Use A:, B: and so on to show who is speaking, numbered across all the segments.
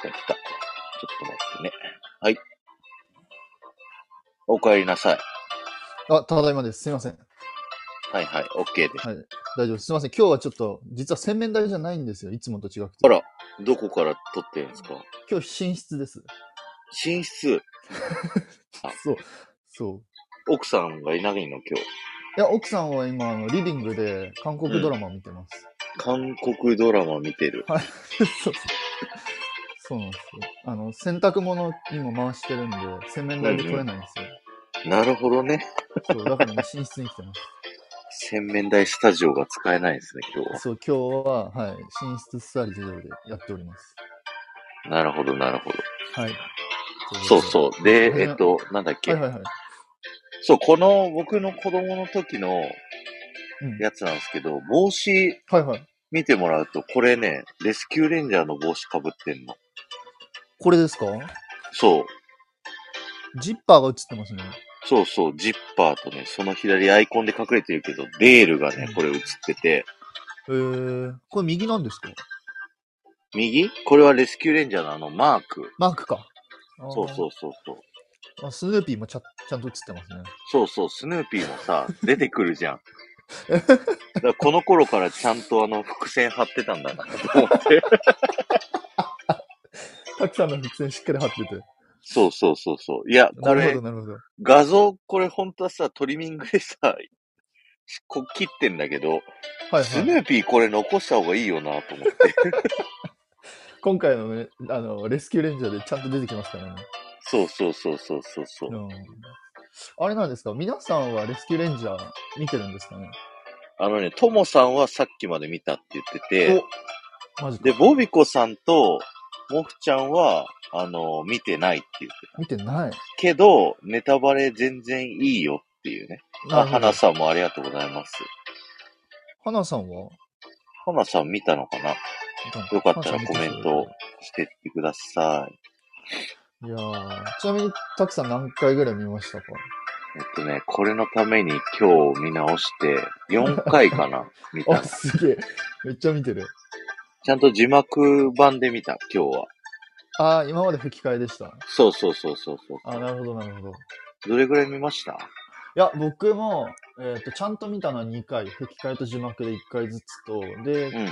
A: 来た来た。ちょっと待ってね。はい。お帰りなさい。
B: あ、ただいまです。すみません。
A: はいはい、OK です。
B: はい。大丈夫です。すみません。今日はちょっと、実は洗面台じゃないんですよ。いつもと違くて。
A: あら、どこから撮ってるんですか
B: 今日寝室です。
A: 寝室。あ
B: そう。そう。
A: 奥さんがいないの今日。
B: いや、奥さんは今、あの、リビングで韓国ドラマを見てます。
A: 韓国ドラマ見てる。
B: そうそう。そうなんですよ。あの、洗濯物今回してるんで、洗面台で取れないんですよ。
A: なるほどね。
B: そう、だから、ね、寝室に来てま
A: 洗面台スタジオが使えないですね、今日は
B: す。。そう、今日は、はい、寝室スタジオでやっております。
A: なるほど、なるほど。
B: はい。
A: そうそう。で、
B: うん
A: えっと、なんだっ
B: う
A: け
B: はい。はいはい。
A: そう、この僕の子供の時の
B: うん。
A: やつなんですけど、帽子
B: はいはい。
A: 見てもらうと、これね、レスキューレンジャーの帽子かぶってんの。
B: これですか
A: そう。
B: ジッパーが映ってますね。
A: そうそう、ジッパーとね、その左アイコンで隠れてるけど、デールがね、これ映ってて、
B: えー、これ右なんですか
A: 右これはレスキューレンジャーのあのマーク。
B: マークか。
A: そうそううそうそう。。
B: あスヌーピーもちゃちゃんと映ってますね。
A: そうそう、スヌーピーも さ、出てくるじゃん。だからこの頃からちゃんとあの伏線張ってたんだなと思 って。
B: たくさんの伏線しっかり貼ってて。
A: そうそうそうそう。いや、こ
B: なる
A: れ
B: ほど、、なるほど。
A: 画像、これ本当はさ、トリミングでさ、こう切ってんだけど、
B: はい
A: ス
B: は
A: ヌ
B: い。
A: ーピーこれ残した方がいいよなと思 って。
B: 今回のね、あの、レスキューレンジャーでちゃんと出てきますからね。
A: そうそうそうそうそうそう
B: う。ん。あれなんですか皆さんはレスキューレンジャー見てるんですかね
A: あのね、ともさんはさっきまで見たって言ってて、
B: おマジか
A: で、ボビコさんとモフちゃんは、あの、見てないって言ってた。
B: 見てない。
A: けど、ネタバレ全然いいよっていうね。あ、
B: なるほど
A: 花さんもありがとうございます。
B: 花さんは
A: 花さん見たのかなよかったらコメント。してってください。
B: いやーちなみに、たくさん何回ぐらい見ましたか
A: えっとね、これのために今日見直して、4回かな 見た
B: あ、
A: の。
B: すげえ。めっちゃ見てる。
A: ちゃんと字幕版で見た、今日は。
B: ああ、今まで吹き替えでした。
A: そうそうそうそうそ。
B: あなるほど、なるほど。いう
A: どれぐらい見ました
B: や、僕も、えっ、と、ちゃんと見たのは2回、吹き替えと字幕で1回ずつと、
A: うん
B: で、
A: うん。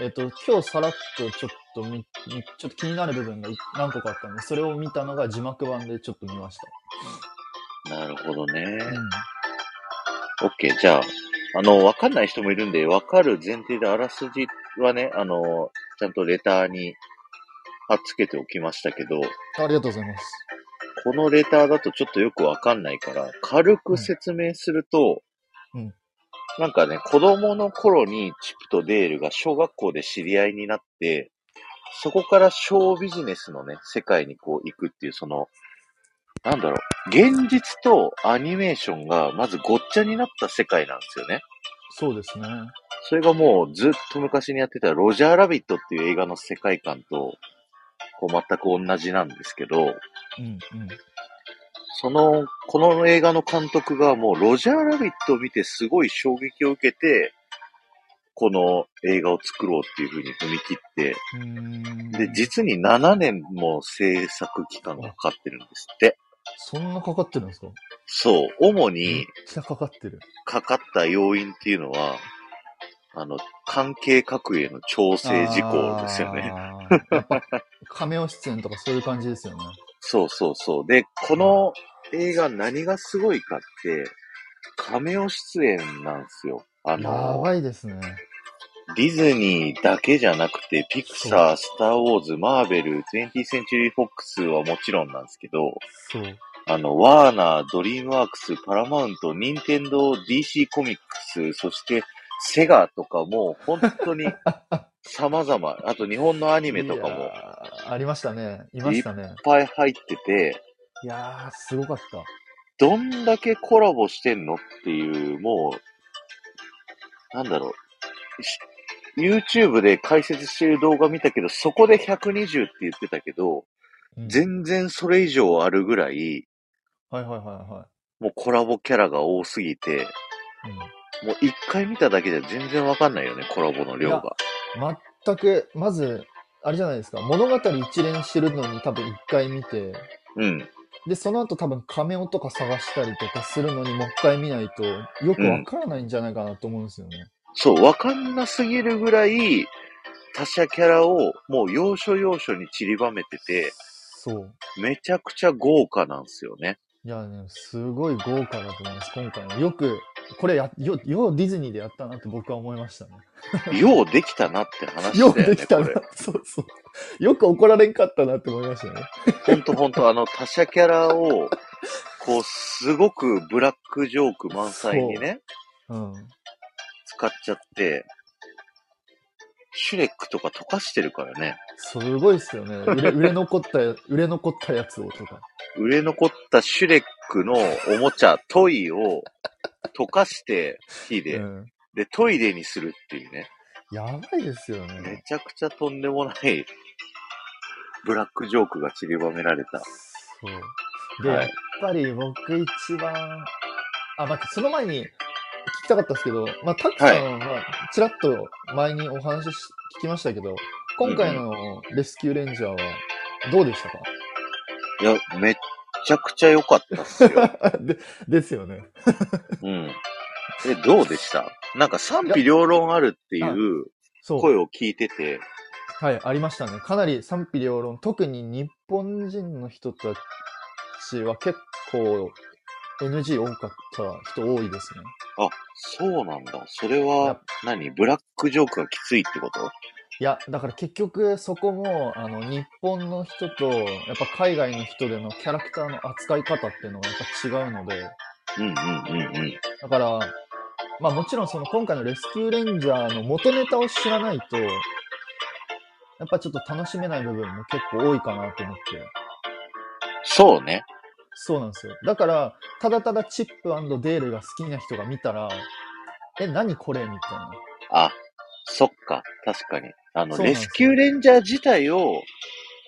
B: えっ、と、今日さらっとちょっとみ、みちょっと気になる部分がい何個かあったんで、それを見たのが字幕版でちょっと見まし
A: なるほどね。
B: た。うん。
A: オッケー、じゃあ、あの、わかんない人もいるんで、わかる前提であらすじはね、あの、ちゃんとレターに貼っつけておきましたけど、
B: ありがとうございます。
A: このレターだとちょっとよくわかんないから、軽く説明すると、
B: うんうん
A: なんかね、子供の頃にチップとデールが小学校で知り合いになって、そこから小ビジネスのね、世界にこう行くっていう、その、なんだろう、現実とアニメーションがまずごっちゃになった世界なんですよね。
B: そうですね。は
A: それがもうずっと昔にやってたロジャーラビットっていう映画の世界観と、こう全く同じなんですけど、
B: うん、うん。
A: その、この映画の監督がもうロジャーラビットを見てすごい衝撃を受けて、この映画を作ろうっていうふうに踏み切って、
B: うーん
A: で、実に7年も制作期間がかかってるんですって。
B: そんなかかってるんですか
A: そう、主
B: めっ
A: に
B: ちゃかかってる。
A: かかった要因っていうのは、あの、関係各への調整事項ですよね。
B: あー。やっぱ、亀尾出演とかそういう感じですよね。
A: そうそうそう。で、この映画何がすごいかって、亀尾出演なんですよ。あ
B: や
A: の、
B: ばいですね。
A: ディズニーだけじゃなくて、ピクサー、スター・ウォーズ、マーベル、20th Century Fox はもちろんなんですけど、
B: そう。
A: あの、ワーナー、ドリームワークス、パラマウント、ニンテンドー、DC コミックス、そして、セガとかも、本当 に様々、あと日本のアニメとかも、
B: い
A: いっ
B: やー。ありましたね。いましたね。
A: ぱい入ってて、
B: いやー、すごかった。
A: どんだけコラボしてんのっていう、もう、なんだろう。し YouTube で解説してる動画見たけど、そこで120って言ってたけど、
B: うん
A: 全然それ以上あるぐらい、
B: はいはいはいは
A: もうコラボキャラが多すぎて、
B: い。
A: もう一回見ただけじゃ全然わかんないよね、コラボの量が。
B: うん、全く、まず、あれじゃないですか、物語一連してるのに多分一回見て、
A: うん。
B: で、その後多分仮面とか探したりとかするのにもう一回見ないと、よくわからないんじゃないかなと思うんですよね。
A: そう、わかんなすぎるぐらい、他者キャラをもう要所要所に散りばめてて、
B: そう。
A: めちゃくちゃ豪華なんですよね。
B: いやね、すごい豪華だと思います、今回は。よく、これや、よ、ようディズニーでやったなって僕は思いましたね。
A: ようできたなって話だよ
B: よ
A: ね。
B: くできたな
A: これ。
B: そうそう。よく怒られんかったなって思いましたね。
A: ほんとほんと、あの、他者キャラを、こう、すごくブラックジョーク満載にね、
B: うん。
A: 使っちゃって、シュレックとか溶かしてるからね、
B: すごいっ すよね。売れ、売れ残った、売れ残ったやつをとか。
A: 売れ残ったシュレックのおもちゃ、トイを溶かして火で、
B: うん、
A: で、トイレにするっていうね、
B: やばいですよ
A: め
B: ね。
A: ちゃくちゃとんでもない、ブラックジョークが散りばめられた。
B: そう。で、
A: はい
B: やっぱり僕一番、あ、待って、その前に聞きたかったんですけど、まあ、タクさんは、ちらっと前にお話し聞きましたけど、今回のレスキューレンジャーはどうでしたか、
A: いや、めっちゃくちゃ良かったっすよ。
B: でですよね。
A: うん。え、どうでしたなんか賛否両論あるっていう
B: そう。
A: 声を聞いてて、
B: はい、ありましたね。かなり賛否両論、特に日本人の人たちは結構 NG 多かった人多いですね。
A: あ、そうなんだ。それ
B: や
A: は
B: っ
A: 何、ブラックジョークがきついってこと
B: いや、だから結局そこも、あの、日本の人と、やっぱ海外の人でのキャラクターの扱い方っていうのがやっぱ違うので、
A: うんうんうんうん。
B: だから、まあもちろんその今回のレスキューレンジャーの元ネタを知らないと、やっぱちょっと楽しめない部分も結構多いかなと思って。
A: そうね。
B: そうなんですよ。だから、ただただチップデールが好きな人が見たら、え、何これみたいな。
A: あ、そっか。確かに。あの、
B: そうな
A: レ
B: んですよ
A: スキューレンジャー自体を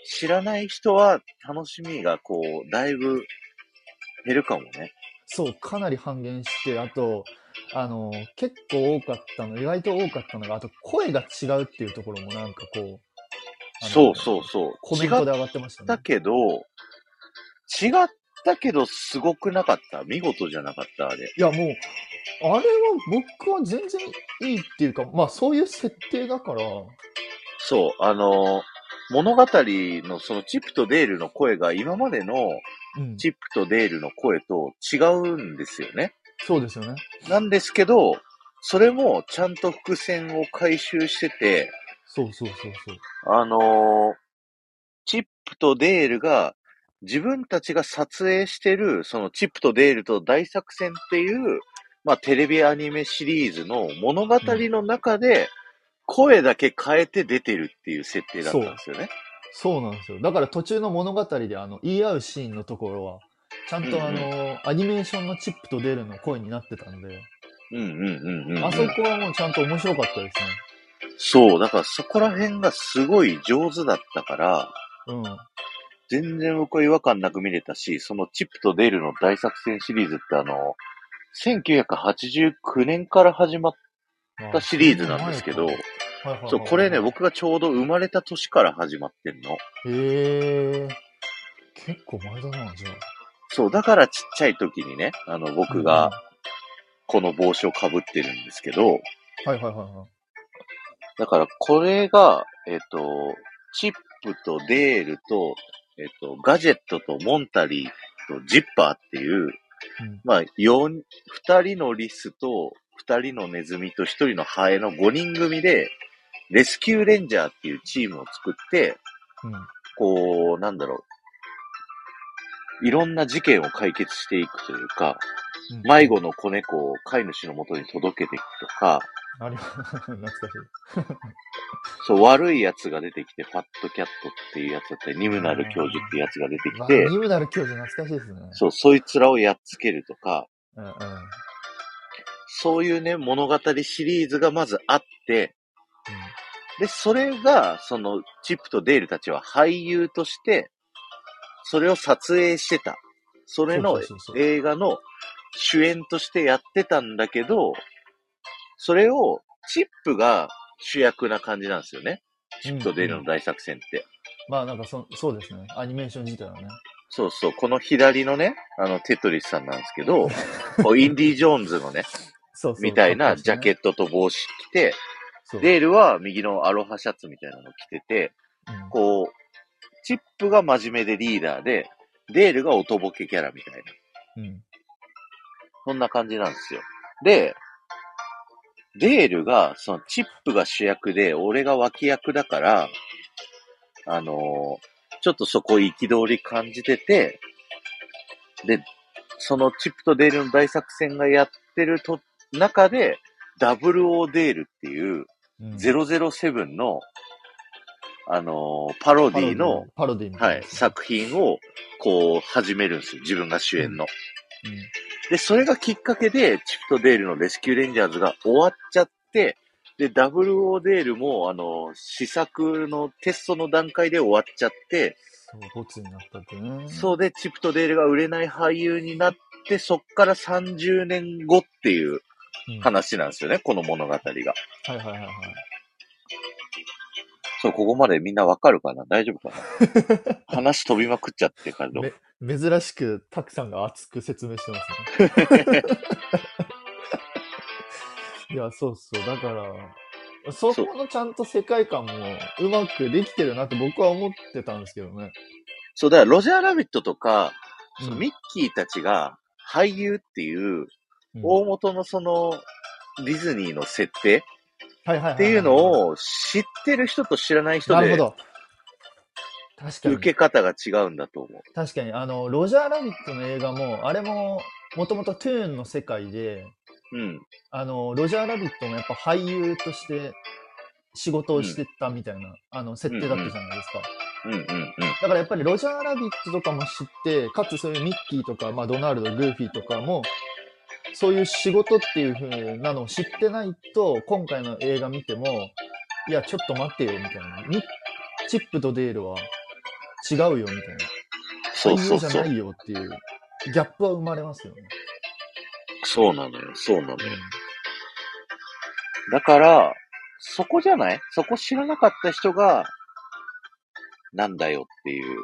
A: 知らない人は楽しみがこう、だいぶ減るかもね。
B: そう、かなり半減して、あと、あの、結構多かったの、意外と多かったのが、あと声が違うっていうところもなんかこう、あの
A: そうそうそう。
B: コメ
A: 違
B: ント
A: っ
B: で上がってました
A: た
B: ね。
A: けど、違ったけどすごくなかった。見事じゃなかった、あれ。
B: いや、もう、あれは僕は全然いいっていうか、まあそういう設定だから、
A: そう、あの、物語のそのチップとデールの声が今までの
B: うん、
A: チップとデールの声と違うんですよね。
B: そうですよね。
A: なんですけど、それもちゃんと伏線を回収してて、
B: そうそうそうそう。
A: あの、チップとデールが自分たちが撮影してる、そのチップとデールと大作戦っていう、まあテレビアニメシリーズの物語の中で声だけ変えて出てるっていう設定だったんですよね。
B: そうなんですよ。だから途中の物語であの言い合うシーンのところは、ちゃんとあの、アニメーションのチップとデールの声になってたんで、
A: うんうんうんうんうん。
B: あそこはもうちゃんと面白かったですね。
A: そう、だからそこら辺がすごい上手だったから、
B: うん。
A: 全然僕は違和感なく見れたし、そのチップとデールの大作戦シリーズってあの、1989年から始まっ
B: ま
A: たシリーズなんですけど
B: はい、はいはい
A: そう、これね、。僕がちょうど生まれた年から始まってんの。
B: へえ。結構前だな、じゃあ。
A: そう、だからちっちゃい時にね、あの、僕がこの帽子をかぶってるんですけど、
B: うん。はいはいはいはい。
A: だからこれが、えっと、チップとデールと、えっと、ガジェットとモンタリーとジッパーっていう、
B: うん
A: まあ、四二人のリスと、二人のネズミと一人のハエの五人組で、レスキューレンジャーっていうチームを作って、こう、なんだろう、いろんな事件を解決していくというか、
B: うん。
A: 迷子の子猫を飼い主の元に届けていくとか、
B: あり 懐かしい。
A: そう、悪いやつが出てきて、ファットキャットっていうやつだったり、ニムナル教授っていうやつが出て
B: ま
A: きて、
B: あニムナル教授懐かしいですね。
A: そう、そいつらをやっつけるとか、
B: うんうん。う
A: そういうね、物語シリーズがまずあって、で、それが、その、チップとデールたちは俳優として、それを撮影してた。それの
B: そうそうそうそう
A: 映画の主演としてやってたんだけど、それを、チップが主役な感じなんですよね。チップとデールの大作戦って。
B: まあなんかそ、そうですね。アニメーション自体はね。
A: そうそう、この左のね、あの、テトリスさんなんですけ ど、こうインディ・ジョーンズのね、
B: そうそう。
A: みたいなジャケ
B: ッ
A: ットと帽子着て、
B: ト
A: デールは右のアロハシャツみたいなの着てて、こう、チップが真面目でリーダーで、デールがおとぼけキャラみたいな。
B: うん。うん。
A: そんな感じなんですよ。で、デールが、そのチップが主役で、俺が脇役だから、あのーちょっとそこ憤り感じてて、で、そのチップとデールの大作戦がやってると、中で、00デールっていう、
B: うん、
A: 007の、あのーパロディの、
B: パロディの。
A: はい、作品を、こう、始めるんですよ。自分が主演の。
B: う
A: で、それがきっかけで、チップとデールのレスキューレンジャーズが終わっちゃって、で、ダブルオーデールも、あの、試作のテストの段階で終わっちゃって、
B: ん。そう、ボツになったってね。
A: そうで、チップとデールが売れない俳優になって、そっから30年後っていう
B: うん。はい
A: 話なんですよね、この物語が。
B: はいはいはい。
A: そう、ここまでみんなわかるかな大丈夫かな話飛びまくっちゃってからど。
B: め珍しく、たくさんが熱く説明してます ね。いや、そうそう。だから、そこのちゃんと世界観もうまくできてるなって僕は思ってたんですけどね。
A: そう、だからロジャーラビットとか、そう
B: うん
A: ミッキーたちが俳優っていう、
B: うん
A: 大元のそのディズニーの設定
B: はいはいはいはい
A: っていうの、を知ってる人と知らない人
B: なるほ
A: で
B: ど。確かに
A: 受。け方が違うんだと思う。
B: 確かに、あの、ロジャー・ラビットの映画も、あれも、もともとトゥーンの世界で、
A: うん。
B: あの、ロジャー・ラビットもやっぱ俳優として仕事をしてたみたいな、あの、設定だったじゃないですか。
A: うんうんうん。
B: だからやっぱりロジャー・ラビットとかも知って、かつそういうミッキーとか、まあ、ドナルド、グーフィーとかも、そういう仕事っていう風なのを知ってないと、今回の映画見ても、いや、ちょっと待ってよ、みたいな。ミッチップとデールは違うよ、みたいな。
A: そう
B: 俳
A: そ
B: 優
A: う
B: じ
A: そ
B: ゃな
A: う。
B: いよっていう、ギャップは生まれますよね。
A: そうなのよ。そうなのよ。だから、そこじゃないそこ知らなかった人が、なんだよっていう、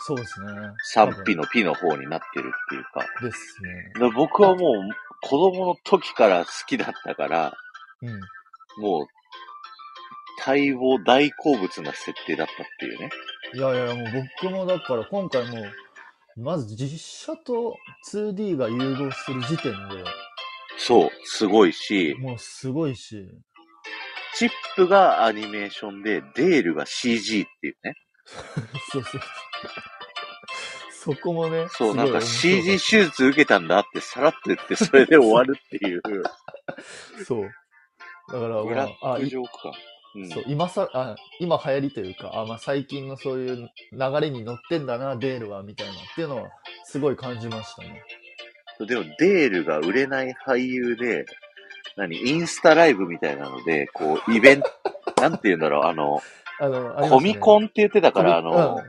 B: そうですね。
A: 賛否のピの方になってるっていうか。
B: 多分ですね。
A: だから僕はもう、子供の時から好きだったから、
B: うん。
A: もう、待望大好物な設定だったっていうね。
B: いやいや、もう僕もだから今回もう、まず実写と 2D が融合する時点
A: そう、すごいし
B: で、、もうすごいし、
A: チップがアニメーションで、デールが CG っていうね。
B: そうそう。そこもね、
A: そう、
B: す
A: な
B: ごい
A: んか
B: 面白
A: CG
B: っ
A: 手術受けたんだってさらっと言って、それで終わるって いう。
B: たそう。だから、
A: ブ
B: ま
A: ラ
B: あ、あ
A: ック
B: い
A: ジョークか。うん、
B: そう今さあ今流行りというかあ、まあ、最近のそういう流れに乗ってんだな、デールは、みたいなっていうのは、すごい感じましたね。
A: でも、デールが売れない俳優で、何、インスタライブみたいなので、こう、イベント、 なんて言うんだろう、あの、
B: あの、ありま
A: コ
B: すね
A: ミコンって言ってたから、あ
B: コミ
A: の
B: うん、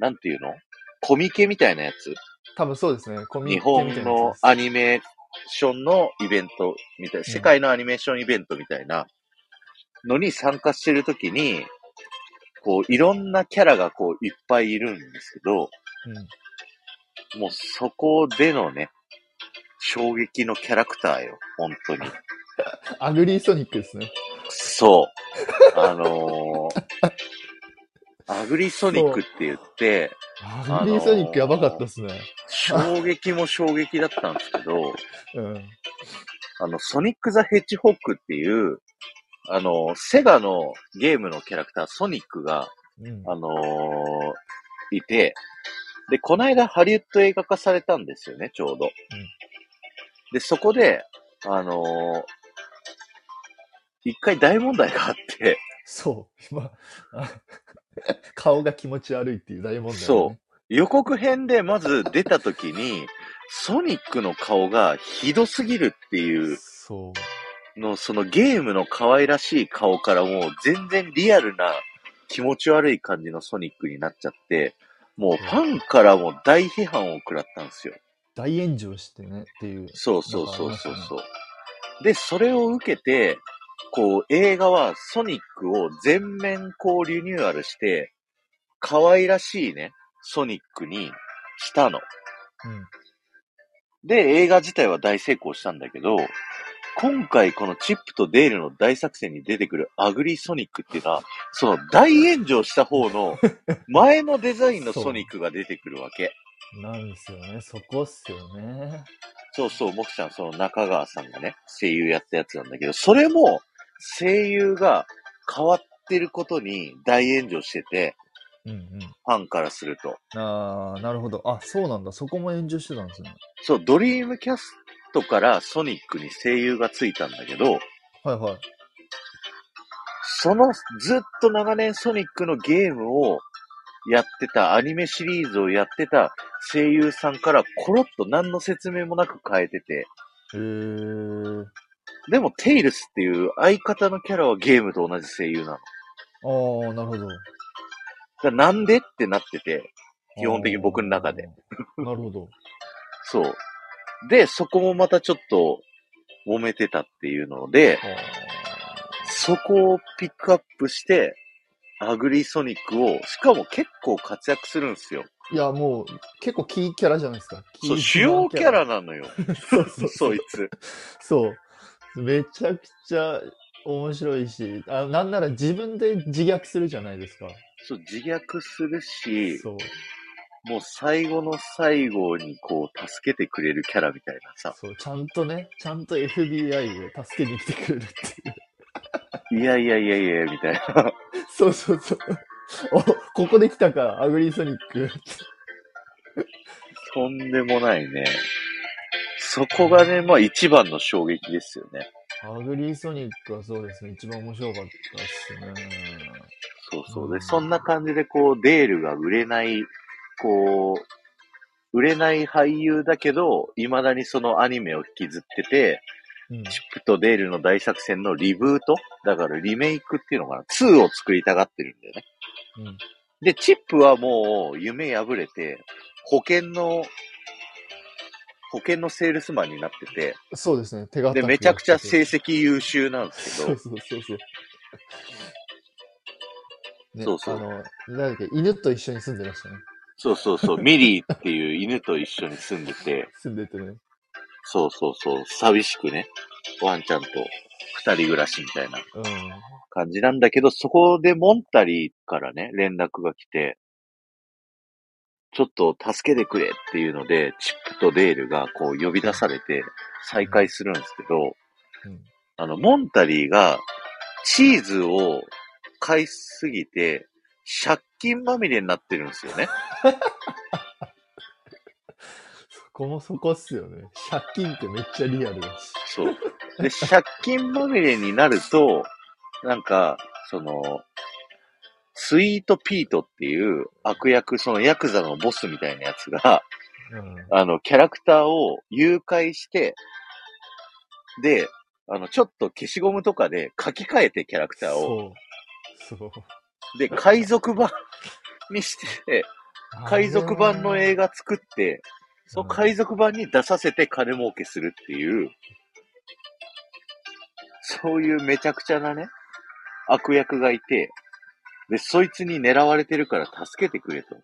A: なんて言うのコミケみたいなやつ。
B: 多分そうですね。コミ
A: 日
B: ケ
A: 本
B: みたいなや
A: の
B: つ
A: アニメーションのイベントみたいな、世界のアニメーションイベントみたいなのに参加してるときに、こう、いろんなキャラがこう、いっぱいいるんですけど、もうそこでのね、衝撃のキャラクターよ、本当に。
B: うんアグリーソニックですね。
A: そう。あのー、アグリソニックって言って、
B: アグリーソニックやばかったですね。
A: 衝撃も衝撃だったんですけど、
B: うん。
A: あの、ソニック・ザ・ヘッジホックっていう、あの、セガのゲームのキャラクター、ソニックが、
B: うん。
A: あのーいて、で、この間ハリウッド映画化されたんですよね、ちょうど。で、そこで、あのー一回大問題があって、
B: そう。まあ、 顔が気持ち悪いっていう大問題、ね。
A: そ予告編でまず出た時に、ソニックの顔がひどすぎるっていう
B: そう。
A: の、そのゲームの可愛らしい顔からもう全然リアルな気持ち悪い感じのソニックになっちゃって、もうファンからも大批判を食らったんですよ。
B: 大炎上してねっていう。
A: そうそうそうそうそう。で、それを受けて、こう、映画はソニックを全面こうリニューアルして、可愛らしいね、ソニックにしたの。
B: うん。
A: で、映画自体は大成功したんだけど、今回このチップとデールの大作戦に出てくるアグリソニックっていうのは、その大炎上した方の前のデザインのソニックが出てくるわけ。
B: なんですよね。そこっすよね。
A: そうそう、僕ちゃんその中川さんがね、声優やったやつなんだけど、それも声優が変わってることに大炎上してて、
B: うんうん。
A: ファンからすると。
B: ああ、なるほど。あ、そうなんだ。そこも炎上してたんですね。
A: そう、ドリームキャストからソニックに声優がついたんだけど、
B: はいはい。
A: そのずっと長年ソニックのゲームをやってた、アニメシリーズをやってた声優さんからコロッと何の説明もなく変えてて、
B: へえー。
A: でもテイルスっていう相方のキャラはゲームと同じ声優なの。だか
B: ああ、なるほど。
A: らなんでってなってて、基本的に僕の中で
B: あー。なるほど。
A: そう。で、そこもまたちょっと揉めてたっていうので、
B: あ
A: そこをピックアップして、アグリソニックを、しかも結構活躍するんですよ。
B: ーいや、もう、結構キーキャラじゃないですか。キー
A: そう、主要キャラ。なのよ。
B: そうそうそ
A: そうい。つ。
B: そう。めちゃくちゃ面白いし、あなんなら自分で自虐するじゃないですか。
A: そう、自虐するし、
B: そう。
A: もう最後の最後にこう、助けてくれるキャラみたいなさ。
B: そう、ちゃんとね、ちゃんと FBI を助けに来てくれるっていう。
A: いやいやいやいや、みたいな。
B: そう そうそう。お、ここで来たか、アグリソニック。
A: とんでもないね。そこがね、まあ一番の衝撃ですよね。
B: アグリソニックはそうですね、一番面白かったっすね。
A: そうそう。で、そんな感じでこう、デールが売れない、こう、売れない俳優だけど、未だにそのアニメを引きずってて、
B: うん。
A: チップとデールの大作戦のリブートだからリメイクっていうのかな ?2 を作りたがってるんだよね。
B: うん。
A: で、チップはもう夢破れて、保険の、保険のセールスマンになってて、
B: そうですね、手堅
A: で、めちゃくちゃ成
B: 正
A: 績優秀なんです
B: そ
A: け
B: う
A: ど、
B: そうそうそう。ね、
A: そうそう
B: あの、なんだっけ、犬と一緒に住んでましたね。
A: そうそうそう、ミリーっていう犬と一緒に住んでて、
B: 住んでてね。
A: そうそうそう、寂しくね、ワンちゃんと二人暮らしみたいな
B: うん。
A: 感じなんだけど、そこでモンタリーからね、連絡が来て、ちょっと助けてくれっていうので、チップとデールがこう呼び出されて再会するんですけど、
B: うん。
A: あの、モンタリーがチーズを買いすぎて、借金まみれになってるんですよね。
B: そこもそこっすよね。借金ってめっちゃリアルだし。
A: そう。で、借金まみれになると、なんか、その、スイートピートっていう悪役、そのヤクザのボスみたいなやつが、
B: うん。
A: あの、キャラクターを誘拐して、で、あの、ちょっと消しゴムとかで書き換えてキャラクターを、
B: そう。 そう。
A: で、海賊版にして、海賊版の映
B: 画。
A: 画作って、その
B: うん
A: 海賊版に出させて金儲けするっていう、そういうめちゃくちゃなね、悪役がいて、で、そいつに狙われてるから助けてくれと。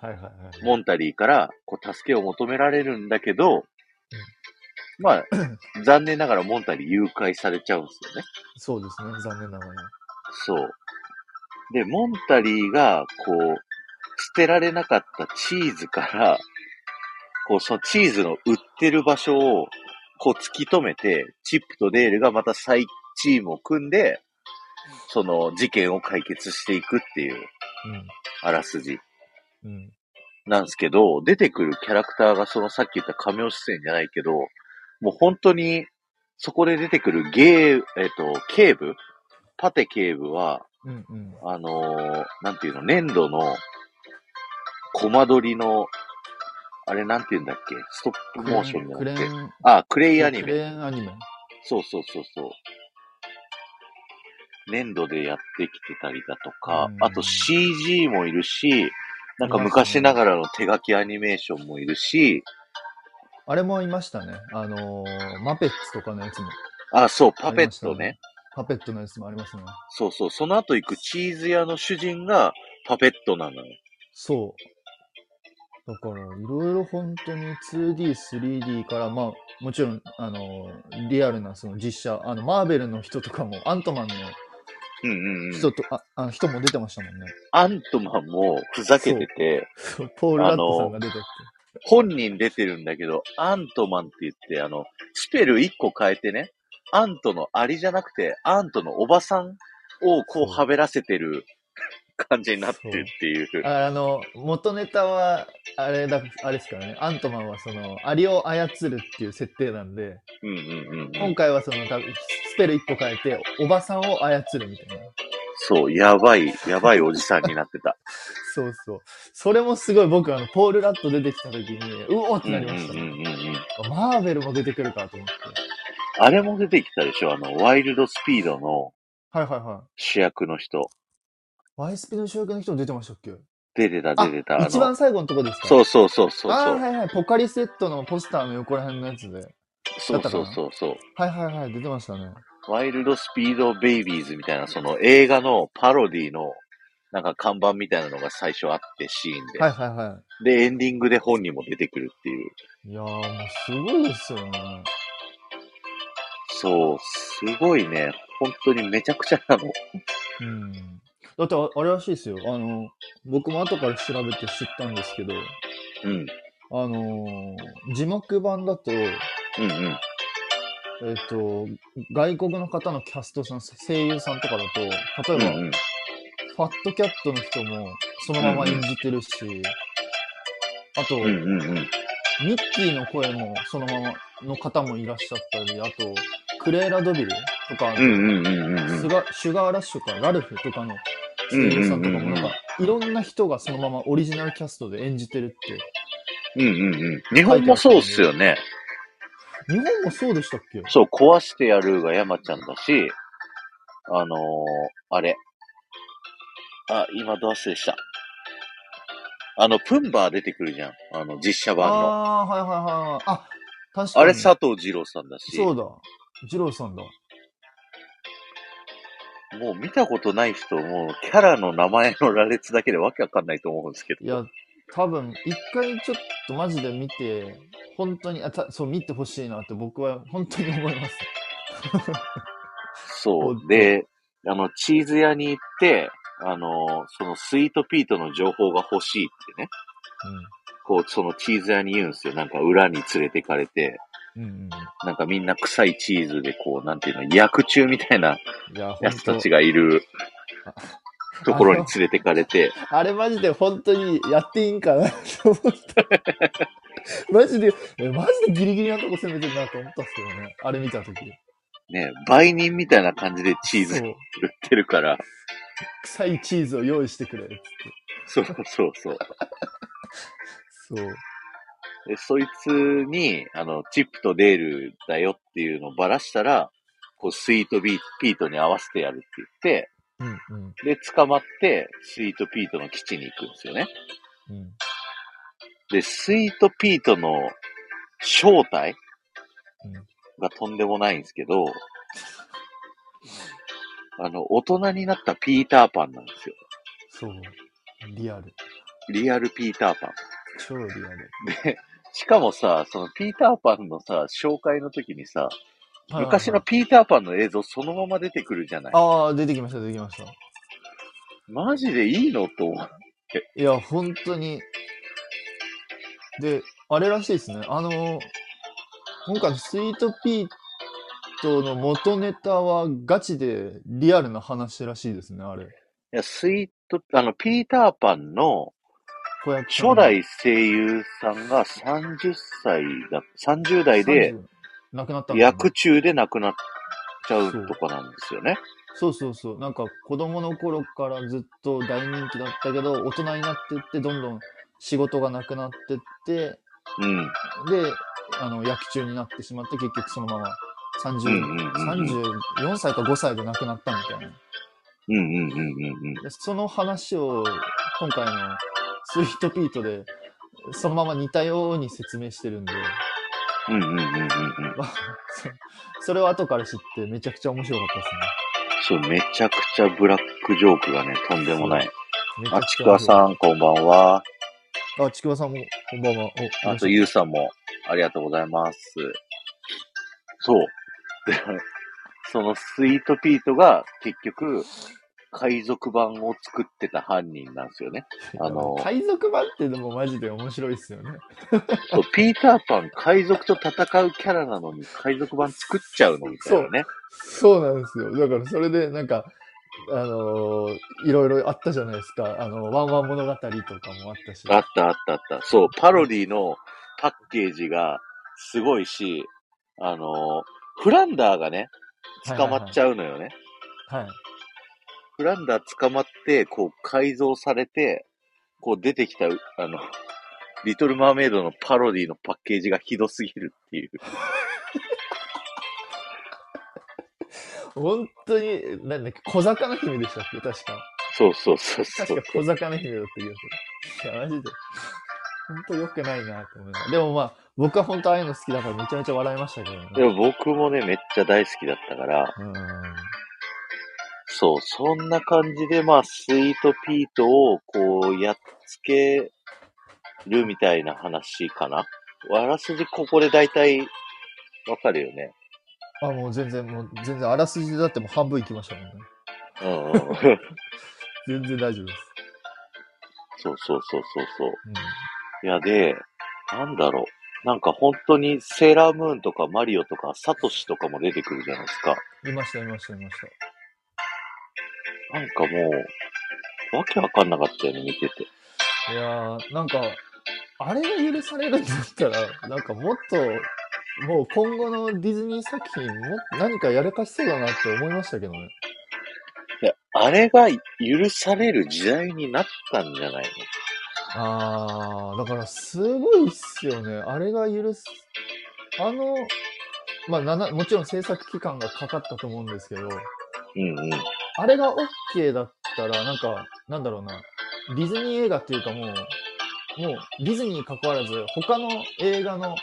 B: はいはいはい。
A: モンタリーから、こう、助けを求められるんだけど、ま あ、残念ながらモンタリー誘拐されちゃうんですよね。
B: そうですね、残念ながら。
A: そう。で、モンタリーが、こう、捨てられなかったチーズから、こう、そのチーズの売ってる場所を、こう突き止めて、チップとデールがまた再チームを組んで、その事件を解決していくっていうあらすじ
B: うん。うん。
A: なんですけど、出てくるキャラクターがそのさっき言った仮名出演じゃないけど、もう本当に、そこで出てくるゲー、えっ、と、警部、パテ警部は、
B: うんうん。
A: あのーなんていうの、粘土の、コマ撮りの、あれなんていうんだっけ、ストップモーションじゃ
B: クレ
A: なくて。
B: ーン、
A: あ、クレ
B: ク
A: イ
B: レーン
A: アニ
B: ク
A: メ。
B: レーンアニメ。
A: そうそうそうそう。粘土でやってきてたりだとか
B: う、ん
A: あと CG もいるし、なんか
B: いますね
A: 昔ながらの手書きアニメーションもいるし、
B: あれもいましたね。あのーマペッツとかのやつも。
A: あ、そう、パ
B: あ
A: ペ
B: り
A: ッ
B: ました
A: トね。。
B: パペットのやつもありますね。
A: そうそう、その後行くチーズ屋の主人がパペットなのよ。
B: そう。だから、いろいろ本当に 2D、3D から、まあ、もちろん、あの、リアルなその実写、あの、マーベルの人とかも、アントマンの
A: うんうんうん。
B: 人と、ああの人も出てましたもんね。
A: アントマンもふざけてて、
B: そうポール・ラッドさんが出てって。
A: 本人出てるんだけど、アントマンって言って、あの、スペル1個変えてね、アントのアリじゃなくて、アントのおばさんをこうはべらせてる感じになってるっていう。
B: ああの、元ネタは、あれだ、あれですからね。アントマンはその、アリを操るっていう設定なんで、
A: うんうんうんう
B: 今
A: ん。
B: 回はその、多分スペル1個変えて、おばさんを操るみたいな。
A: そう、やばい、やばいおじさんになってた。
B: そうそう。それもすごい僕、あの、ポール・ラット出てきた時に、うおーっ
A: う
B: て
A: んう
B: なん
A: う
B: り
A: んう
B: ましたね、
A: んうん。
B: マーベルも出てくるかと思って。
A: あれも出てきたでしょあの、ワイルドスピードの
B: はいはいはい。
A: 主役の人。
B: ワイスピの主役の人も出てましたっけ
A: 出てた、
B: あ
A: 出てた。あ
B: 一
A: の
B: 番、最後のとこですか
A: そううそうそうそう
B: あ
A: そ
B: ー
A: う。
B: はいはい。ポカリセットのポスターの横ら辺のやつで。
A: そ
B: だ
A: う
B: ったか
A: そ
B: な
A: うそうそう。
B: はいはいはい、出てましたね。
A: ワイルドスピードベイビーズみたいな、その映画のパロディの、なんか看板みたいなのが最初あって、シーンで。
B: はいはいは
A: で、エンディングで本人も出てくるっていう。
B: い。いやー、もうすごいですよね。
A: そう、すごいね。本当にめちゃくちゃなの。
B: うん。だってあ、あれらしいですよ。あの、僕も後から調べて知ったんですけど、
A: うん。
B: あのー字幕版だと、えっ、
A: うんうん。
B: と、外国の方のキャストさん、声優さんとかだと、
A: うん
B: 例えば、
A: うん。
B: ファットキャットの人もそのまま演じてるし、あと、
A: うんうんうん。
B: ミッキーの声もそのままの方もいらっしゃったり、あと、クレーラ・ドビルとか、
A: うんうんうんうんう
B: ス
A: ん。
B: ガシュガーラッシュからラルフとかの声優さんとかもなんか、いろんな人がそのままオリジナルキャストで演じてるって。
A: うんうんうん。日本もそうっすよね。
B: 日本もそうでしたっけ
A: そう、壊してやるが山ちゃんだし、あのー、あれ。あ、今ドアスでした。あの、プンバー出てくるじゃん。あの、実写版の。
B: ああー、はいはいはいはい。あ、確かに。
A: あれ佐藤二郎さんだし、
B: そうだ。二郎さんだ。
A: もう見たことない人、もうキャラの名前の羅列だけでわけわかんないと思うんですけど。
B: いや、多分、一回ちょっとマジで見て、本当に、あたそう、見てほしいなって僕は本当に思います。
A: そ
B: ほん
A: う。
B: と
A: で、あの、チーズ屋に行って、あの、そのスイートピートの情報が欲しいってね、こう、そのチーズ屋に言うんですよ。なんか裏に連れてかれて、
B: うん。うんうん
A: なんかみんな臭いチーズでこう、なんていうの、薬中みたいな
B: うん。いや、
A: や
B: 本
A: つた
B: 当
A: ちがいるところに連れてかれて、
B: あれマジで本当にやっていいんかなと思った。 マジで、えマジでギリギリなとこ攻めてるなと思ったっすよね。あれ見たとき。
A: ね、売人みたいな感じでチーズ
B: そ
A: 売
B: う
A: ってるから、
B: 臭いチーズを用意してくれっつって。
A: そうそうそう。
B: そう。
A: で、そいつに、あの、チップとデールだよっていうのをばらしたら、こう、スイートビーピートに合わせてやるって
B: うんうん
A: 言って、で、捕まって、スイートピートの基地に行くんですよね。
B: うん。
A: で、スイートピートの正体
B: うん
A: がとんでもないんですけど、あの、大人になったピーターパンなんですよ。
B: そう。リアル。
A: リアルピーターパン。
B: 超リアル。
A: で、しかもさ、そのピーターパンのさ、紹介の時にさ、昔のピーターパンの映像そのまま出てくるじゃない。
B: ああ、出てきました、出てきました。
A: マジでいいのと思う。
B: いや、本当に。で、あれらしいですね。あの、今回のスイートピートの元ネタはガチでリアルな話らしいですね、あれ。
A: いや、スイート、あの、ピーターパンの
B: 子役さん
A: 初代声優さんが30歳だ、30代で、
B: 30亡くなったんですね
A: 役中で亡くなっちゃうとかなんですよね。
B: そうそうそう。なんか子供の頃からずっと大人気だったけど、大人になってって、どんどん仕事がなくなってって、
A: うん。
B: で、あの、役中になってしまって、結局そのまま
A: うんうん
B: 30、
A: うん
B: 34歳か5歳で亡くなったみたいな。
A: うんうんうんうんうん。
B: でその話を、今回のスイートピートで、そのまま似たように説明してるんで、
A: うんうんうんうんうん。
B: そそれを後から知ってめちゃくちゃ面白かったですね。
A: そう、めちゃくちゃブラックジョークがね、とんでもない。
B: めちゃ
A: あ、
B: く
A: ち
B: ちゃ
A: くわさん、こんばんは。
B: あ、ちくわさんも、こんばんは。お
A: あと、
B: いら
A: ゆうさんも、ありがとうございます。そう。でそのスイートピートが、結局、海賊版を作ってた犯人なんですよね。
B: っしゃい
A: あの
B: 海賊版ってでもマジで面白いっすよね。
A: そう、ピーターパン、海賊と戦うキャラなのに、海賊版作っちゃうのみたいなね。
B: そうなんですよ。だからそれでなんか、あのーいろいろあったじゃないですか。あの、ワンワン物語とかもあったし。
A: あったあったあった。そう、パロディのパッケージがすごいし、あの、フランダーがね、捕まっちゃうのよね。
B: はい。
A: フランダー捕まって、こう改造されて、こう出てきた、あの、リトル・マーメイドのパロディのパッケージがひどすぎるっていう。
B: 本当に、なんだっけ、小魚姫でしたっけ確か。
A: そうそうそうそ
B: 確
A: う
B: か。小魚姫だった気がする。いや、マジで。本当良くないなと思いながらでもまあ、僕は本当ああいうの好きだからめちゃめちゃ笑いましたけどね。
A: でも僕もね、めっちゃ大好きだったから、
B: うん。
A: そう、そんな感じで、まあ、スイートピートを、こう、やっつけるみたいな話かな。あらすじここで大体、わかるよね。
B: あ、もう全然、もう全然、あらすじだってもう半分いきましたもんね。
A: うん、うん。
B: 全然大丈夫です。
A: そうそうそうそうそう。
B: うん。
A: いや、で、なんだろう。なんか本当にセーラームーンとかマリオとかサトシとかも出てくるじゃないですか。
B: いました、いました、いました。
A: なんかもう、わけわかんなかったよね、見てて。
B: いやー、なんか、あれが許されるんだったら、なんかもっと、もう今後のディズニー作品、も何かやらかしそうだなって思いましたけどね。
A: いや、あれが許される時代になったんじゃないの
B: あー、だからすごいっすよね。あれが許す。あの、まあなな、もちろん制作期間がかかったと思うんですけど、
A: うんうん。
B: あれが OK だったら、なんか、なんだろうな、ディズニー映画っていうかもう、もうディズニーに関わらず、他の映画の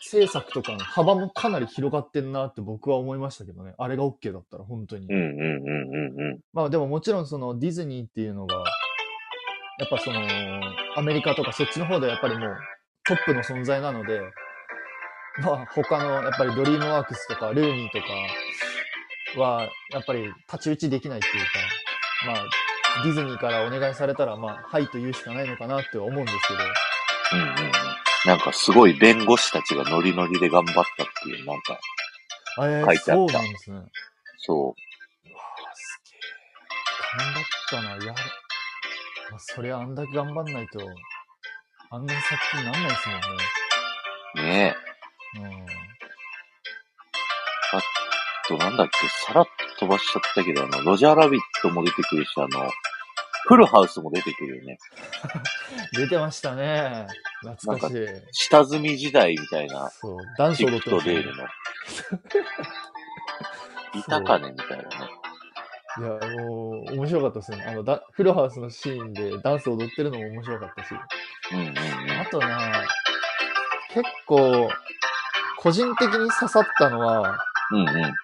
B: 制作とかの幅もかなり広がってんなって僕は思いましたけどね。あれが OK だったら、本当に。
A: うんうんうんうんうん。
B: まあでももちろんそのディズニーっていうのが、やっぱそのアメリカとかそっちの方ではやっぱりもうトップの存在なので、まあ他のやっぱりドリームワークスとかルーニーとかはやっぱり太刀打ちできないっていうか、まあディズニーからお願いされたらまあはいと言うしかないのかなって思うんですけ
A: う
B: ど、
A: んうんうん。なんかすごい弁護士たちがノリノリで頑張ったっていう、なんか、
B: あえー
A: 書いてあ
B: そ
A: っ
B: う
A: た
B: なんですね。
A: そ
B: すげえ。頑張ったな、やる。まあ、そりゃあんだけ頑張んないと、あんな作品なんないですもんね。
A: う。ねえ。
B: うん
A: あとなんだっけ、さらっと飛ばしちゃったけど、あの、ロジャーラビットも出てくるし、あの、フルハウスも出てくるよね。
B: 出てましたね。懐かしい。
A: 下積み時代みたいな、
B: そう。男子
A: チ
B: 踊
A: ッ
B: っ
A: プ
B: て
A: と
B: ました
A: デ
B: ね
A: ールの。 いたかねみたいなね。
B: いや、もう、面白かったですね。あの、だフルハウスのシーンでダンス踊ってるのも面白かったし。
A: うんうんうん。
B: あとね、結構、個人的に刺さったのは、
A: うんうん。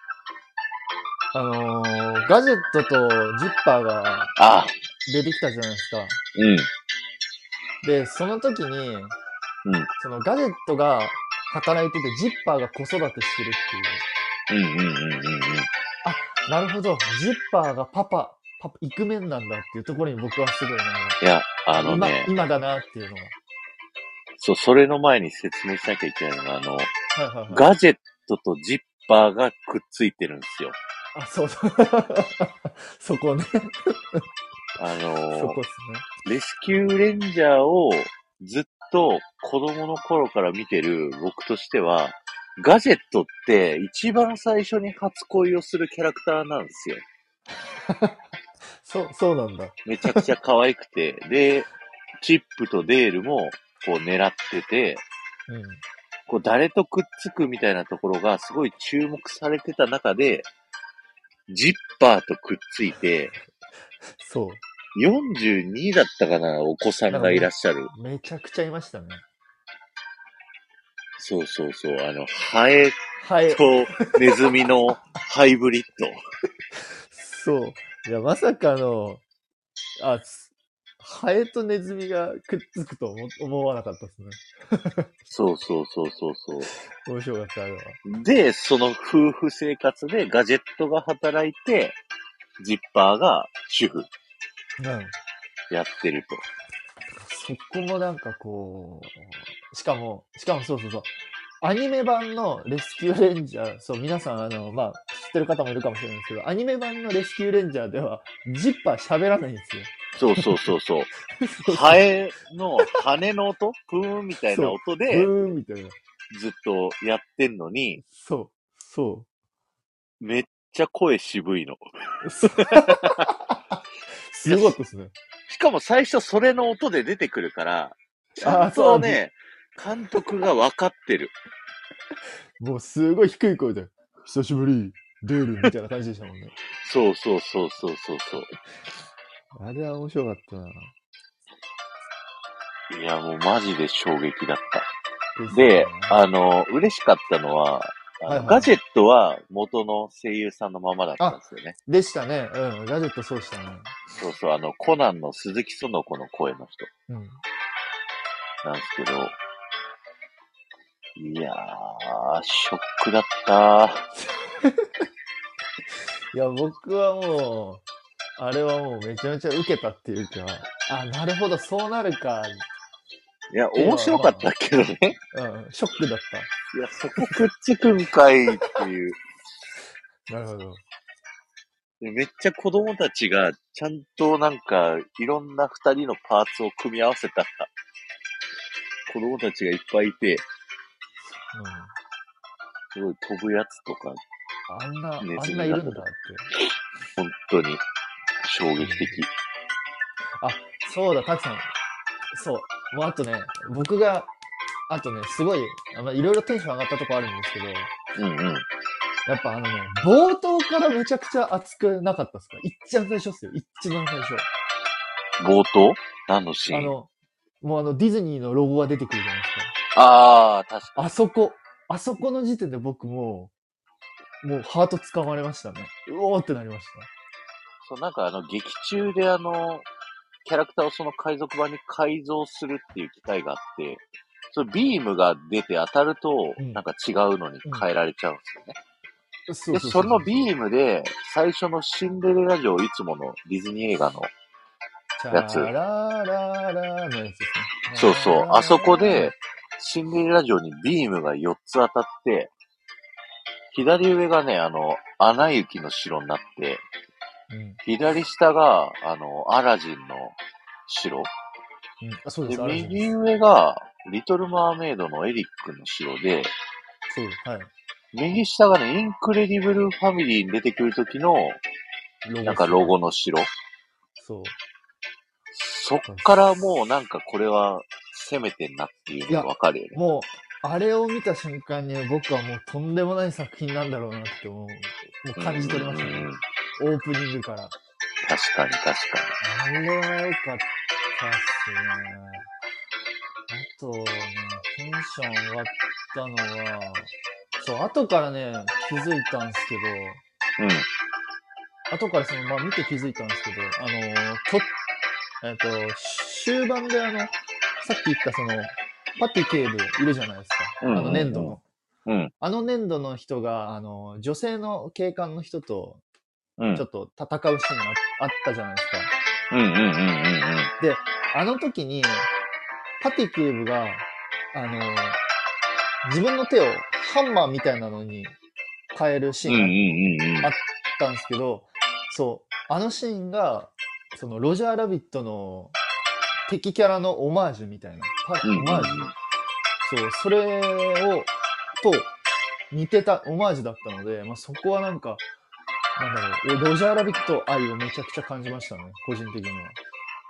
B: あのーガジェットとジッパーが
A: あ、
B: 出てきたじゃないですか。
A: うん。
B: で、その時に、そのガジェットが働いてて、ジッパーが子育てしてるっていう。
A: うんうんうんうんうん。
B: なるほど、ジッパーがパパ、パパ、イクメンなんだっていうところに僕はすごいなんか
A: いや、あのね、
B: 今、今だなっていうの
A: そう、それの前に説明しなきゃいけないのが、あの、
B: は。はいはいはい。
A: ガジェットとジッパーがくっついてるんですよ。
B: あ、そうそう。 そこね。
A: あ
B: そ
A: の
B: こ、です
A: レスキューレンジャーをずっと子供の頃から見てる僕としては、ガジェットって一番最初に初恋をするキャラクターなんですよ。
B: ね。そう、そうなんだ。
A: めちゃくちゃ可愛く て、で、チップとデールもこう狙ってて、
B: うん。
A: こう誰とくっつくみたいなところがすごい注目されてた中で、ジッパーとくっついて、
B: そ
A: 42だったかな、お子さんがいらっしゃる。
B: う。めちゃくちゃいましたね。
A: そうそうそう、あの、ハエ
B: はい。
A: とネズミのハイブリッ
B: そう。いや、まさかの、あ、すハエとネズミがくっつくと思思わなかったですね。
A: ド。そうそうそうそうそう。
B: 面白かった、あれは。
A: で、その夫婦生活でガジェットが働いて、ジッパーが主婦
B: うん。
A: やってると。
B: そこもなんかこう、しかも、しかもそうそうそう。アニメ版のレスキューレンジャー、そう、皆さん、あの、まあ、知ってる方もいるかもしれないですけど、アニメ版のレスキューレンジャーでは、ジッパー喋らないんですよ。
A: そうそうそう そう。ハエの羽の音プーンみたいな音
B: ブ
A: で
B: ーンみたいな。
A: ずっとやってんのに、
B: そう、そ
A: めっちゃ声渋いの。
B: う。そうすごかったですね。
A: しかも最初それの音で出てくるから、ち
B: あ
A: ゃん
B: ーそうな
A: と
B: んだ
A: ね、監督が分かってる。
B: もうすごい低い声で、久しぶり、デールみたいな感じでしたもんね。
A: そうそうそうそうそうそう。
B: あれは面白かったな。
A: いや、もうマジで衝撃だった。
B: すね
A: で、あの、嬉しかったのは、あの
B: はいはい
A: ガジェットは元の声優さんのままだったんですよね。
B: でしたね。うん、ガジェットそうでしたね。
A: そうそう、あの、コナンの鈴木園子の声の人
B: うん。
A: なんですけど、いやー、ショックだった。
B: いや、僕はもう、あれはもうめちゃめちゃ受けたっていうか、あ、なるほど、そうなるか。
A: いや、面白かったけどね。
B: うん、ショックだっ
A: いや、そこくっつくんかいっていう。
B: た。なるほど。
A: でめっちゃ子供たちが、ちゃんとなんか、いろんな二人のパーツを組み合わせた子供たちがいっぱいいて、すごい飛ぶやつとか、
B: うん。あんな、あ
A: ネズ
B: ん
A: ミ
B: な
A: だ
B: い
A: と
B: るんだって。
A: 本当に衝撃的。
B: そうだ、たくさん。そう。もうあとね、僕が、あとね、すごい、あまあいろいろテンション上がったとこあるんですけど、や
A: うんうん。
B: っぱあのね、冒頭からめちゃくちゃ熱くなかったですか一番最初っすよ。一番最初。
A: 冒頭何のシ
B: あ
A: ーン
B: の、もうあの、ディズニーのロゴが出てくるじゃないですか。
A: ああー、確か
B: あそこ、あそこの時点で僕もう、もうハート掴まれましたね。うおーってなりまし
A: そう、なんかあの、劇中であの、キャラクターをその海賊版に改造するっていう機会があって、そのビームが出て当たると、
B: うん
A: なんか違うのに変えられちゃうんですよね。
B: た。そ
A: で、そのビ
B: ー
A: ームで、最初のシンデレラ城いつものディズニー映画の、やつ
B: チャラララのやつですね。
A: そうそう、あそこで、、シンデレラ城にビームが4つ当たって、左上がね、あの、アナ雪の城になって、
B: うん、
A: 左下が、あの、アラジンの城。
B: うんあそうで
A: で、
B: す、あれ
A: 右上が、リトル・マーメイドのエリックの城で、
B: そうです、はい。
A: 右下がね、インクレディブル・ファミリーに出てくる時の、
B: ロゴ
A: なんかロ。ゴの城。
B: そう。
A: そっからもうなんかこれは攻めてんなっていうのがわかるよね。
B: もう、あれを見た瞬間に僕はもうとんでもない作品なんだろうなって思う。もう感じ取れました
A: うん
B: ね
A: うん。
B: オープニングから。
A: 確かに確か
B: あれは良かったっすね。あとね、テンション上がったのは、そう、後からね、気づいたんですけど、
A: に。うん。
B: 後からその、まあ見て気づいたんですけど、あの、ちょえっ、と、終盤であの、さっき言ったその、パティ警部いるじゃないですか。
A: うんうんうん
B: あの粘土の。
A: うん。
B: あの粘土の人が、あの、女性の警官の人と、
A: うん。
B: ちょっと戦うシーンがああったじゃないですか。
A: うんうんうんうんうん。
B: あの時に、パティ警部が、あのー自分の手をハンマーみたいなのに変えるシ
A: う
B: ー
A: んうん
B: ンが
A: うんうん。
B: あったんですけど、そう、あのシーンが、そのロジャーラビットの敵キャラのオマージュみたいな、パ
A: う
B: オ
A: んうん
B: マージュ、そう、それを、と似てたオマージュだったので、まあ、そこはなんか、なんだろう、ロジャーラビット愛をめちゃくちゃ感じましたね、個人的には。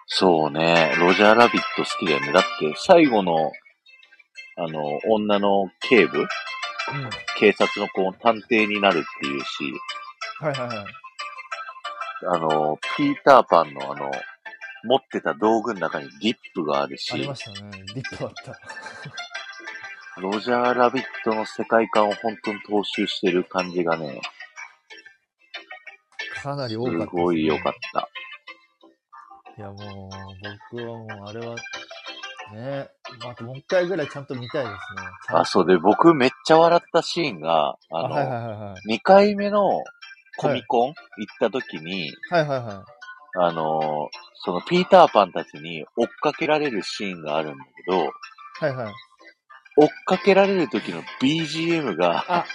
A: そうね。ロジャーラビット好きだよね。だって、最後の、あの、女の警部、
B: うん。は
A: 警察の子、探偵になるっていうし、
B: いはいはい。
A: あの、ピーターパンのあの、持ってた道具の中にリップがあるし
B: あ、りましたね。リップあった。
A: ロジャー・ラビットの世界観を本当に踏襲してる感じがね、
B: かなり
A: す
B: 多かった、
A: ごい良かった。
B: いや、もう、僕はもう、あれは、ね、あともう一回ぐらいちゃんと見たいですね。ちゃんと
A: あ、そうで、僕めっちゃ笑ったシーンが、
B: あ
A: あの、
B: はいはいはいはい。
A: 2回目のコミコン行った時に、
B: はいはいは
A: あの、そのピーターパンたちに追っかけられるシーンがあるんだけど、
B: い。はいはい。
A: 追っかけられる時の BGM が
B: あ、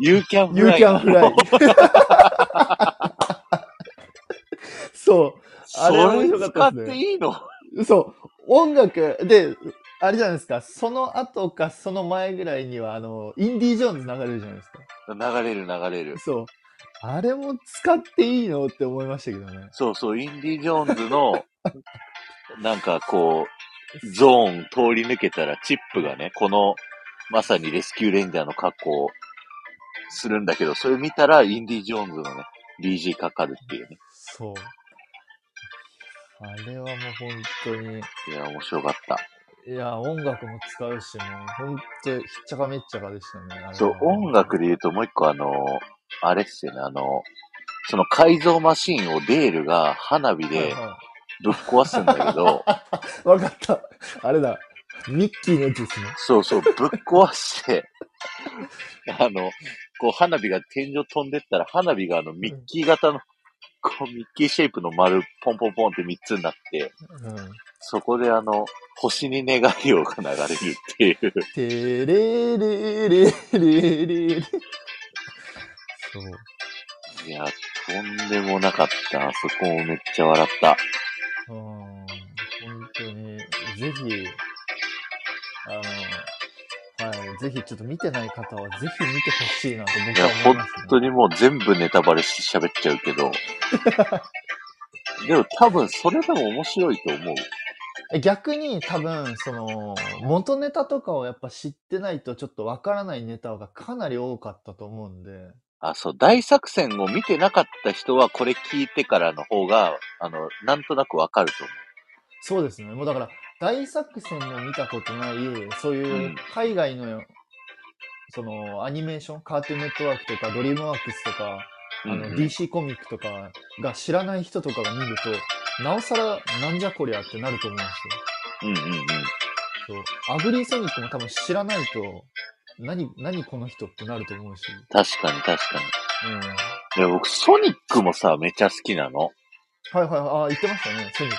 A: You Can
B: ユー
A: Fly
B: キャンフ ライ。 そあれ面白かった
A: そ
B: っす
A: れ
B: ね
A: 使っていいの
B: う、そう、音楽で、あれじゃないですか、その後かその前ぐらいには、あの、インディ・ジョーンズ流れるじゃないですか。
A: 流れる流れる。
B: そう。あれも使っていいのって思いましたけどね。
A: そうそう、インディ・ジョーンズの、なんかこう、ゾーン通り抜けたらチップがね、この、まさにレスキューレンジャーの格好をするんだけど、それ見たらインディ・ジョーンズのね、BG かかるっていうね。
B: そう。あれはもう本当に、
A: いや、面白かった。
B: いや、音楽も使うし、もう本当ひっちゃかめっちゃかでしたね。あれは
A: そう、音楽で言うともう一個あの、あれっすよね、あの、その改造マシンをデールが花火
B: はい
A: で
B: は
A: ぶっ壊すんだけど、
B: いわかった。あれだ。ミッキーのやつですね。
A: そうそう、ぶっ壊して、あの、こう花火が天井飛んでったら、花火があのミッキー型の、こうミッキーシェイプの丸、ポンポンポンって3つになって、
B: うん。
A: そこであの、星に願いをが流れるっていう。
B: てれれれれれれ。そう。
A: いや、とんでもなかった。あそこもめっちゃ笑った。
B: うん。本当に、ぜひ、あの、はい、ぜひちょっと見てない方はぜひ見てほしいなと僕は思います、ね。
A: 本当にもう全部ネタバレして喋っちゃうけど。でも多分それでも面白いと思う。
B: 逆に多分その元ネタとかをやっぱ知ってないとちょっとわからないネタがかなり多かったと思うんで
A: あ、そう、大作戦を見てなかった人はこれ聞いてからの方が、あの、なんとなくわかると思
B: そうですねもうだから大作戦も見たことないそう
A: う
B: い
A: ん
B: う海外の、そのアニメーションカートゥーンネットワークとかドリームワークスとか
A: う。
B: あの
A: うんうん
B: DC コミックとかが知らない人とかが見るとなおさらなんじゃこりゃってなると思うんですよ。
A: うんうんうん。
B: そうアグリーソニックも多分知らないと何何この人ってなると思うし。
A: 確かに確かに。
B: うん
A: いや、僕、ソニックもさ、めちゃ好きなの。
B: はいはいはい。あ、言ってましたね、ソニック。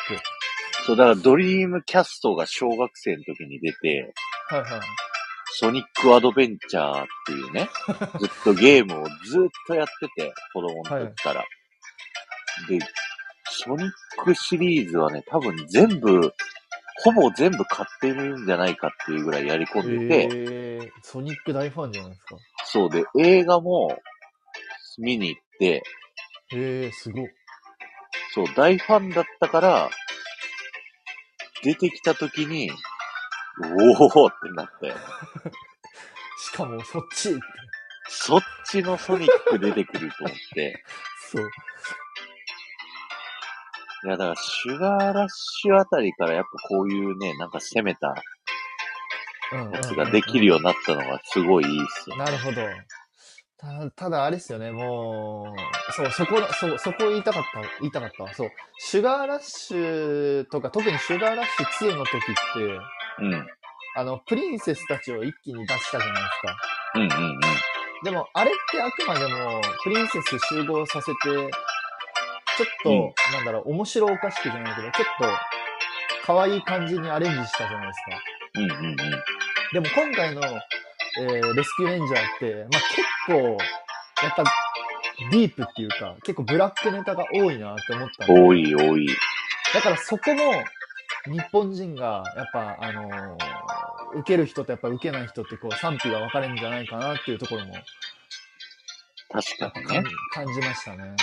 A: そう、だからドリームキャストが小学生の時に出て、
B: はいはい。
A: ソニックアドベンチャーっていうね、ずっとゲームをずっとやってて、子供の時から。で、ソニックシリーズはね、多分全部、ほぼ全部買ってるんじゃないかっていうぐらいやり込んでて、
B: えー、ソニック大ファンじゃないですか。
A: そうで、映画も見に行って、
B: えー、すごい。
A: そう、大ファンだったから、出てきた時に、おおってなったよ。
B: しかも、そっちって。
A: そっちのソニック出てくると思って。
B: そう。
A: いや、だから、シュガーラッシュあたりからやっぱこういうね、なんか攻めた
B: うん、
A: やつができるようになったのがすごいいいっすよ。
B: なるほど。たただ、あれですよね、もう、そう、そこ、そう、そこ言いたかった、言いたかったわ。そう、シュガーラッシュとか、特にシュガーラッシュ2の時って、
A: うん。うん
B: あの、プリンセスたちを一気に出したじゃないですか。
A: うんうん。
B: でも、あれってあくまでも、プリンセス集合させて、ちょっと、
A: うん
B: なんだろう、面白おかしくじゃないけど、ちょっと、可愛い感じにアレンジしたじゃないですか。
A: うんうんうん。
B: でも、今回の、えーレスキューレンジャーって、まあ、結構、やっぱ、ディープっていうか、結構ブラックネタが多いなって思ったんで
A: 多い多い。
B: だからそこも日本人がやっぱあのー受ける人とやっぱ受けない人ってこう賛否が分かれるんじゃないかなっていうところも
A: 確
B: やっ
A: か
B: ぱ
A: に
B: かん
A: ね。
B: 感じましたね。うん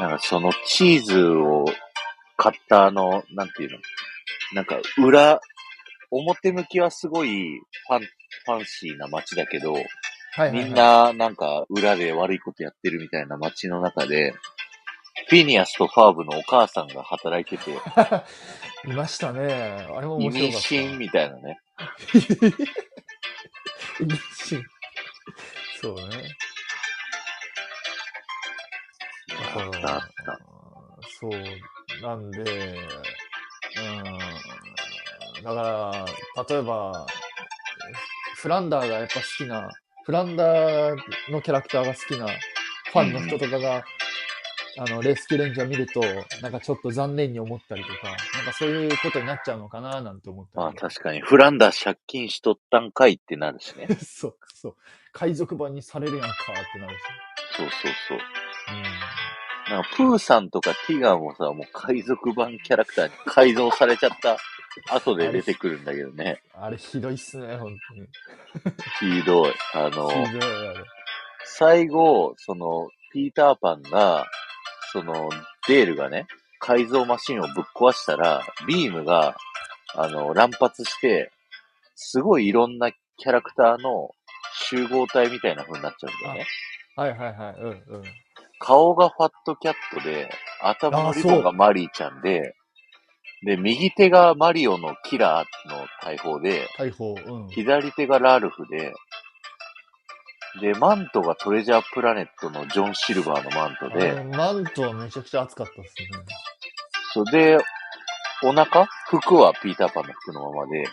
A: なんかそのチーズを買ったあの、なんていうのなんか裏、表向きはすごいファン、ファンシーな街だけど、
B: はいはいはい、
A: みんななんか裏で悪いことやってるみたいな街の中で、ィニアスとファーブのお母さんが働いてて、
B: いましたね。あれも
A: 妊
B: 面白かった。
A: 娠みたいなね。
B: 妊娠。そうね。
A: あったあった。
B: そうなんで、うん、だから、例えば、フランダーがやっぱ好きな、フランダーのキャラクターが好きなファンの人とかが、あの、レスキューレンジャー見ると、なんかちょっと残念に思ったりとか、なんかそういうことになっちゃうのかななんて思った
A: まあ
B: り
A: 確かに、フランダー借金しとったんかいってなるしね。
B: そうそう。海賊版にされるやんかってなるし。
A: そうそうそう。なんかプーさんとかティガーもさ、もう海賊版キャラクターに改造されちゃった後で出てくるんだけどね。
B: うん。あれひどいっすね、本当に。
A: ひどい。あの、
B: ひどいあれ。
A: 最後、その、ピーターパンが、その、デールがね、改造マシンをぶっ壊したら、ビームが、あの、乱発して、すごいいろんなキャラクターの集合体みたいな風になっちゃうんだよね。
B: はいはいはい。うんうん。
A: 顔がファットキャットで、頭のリボンがマリーちゃんで、で、右手がマリオのキラーの大砲で、
B: 逮捕。うん。
A: 左手がラルフで、で、マントがトレジャープラネットのジョン・シルバーのマント
B: あ
A: で、
B: のマントはめちゃくちゃ熱かったっすね。
A: それで、お腹服はピーターパンの服のままで、
B: う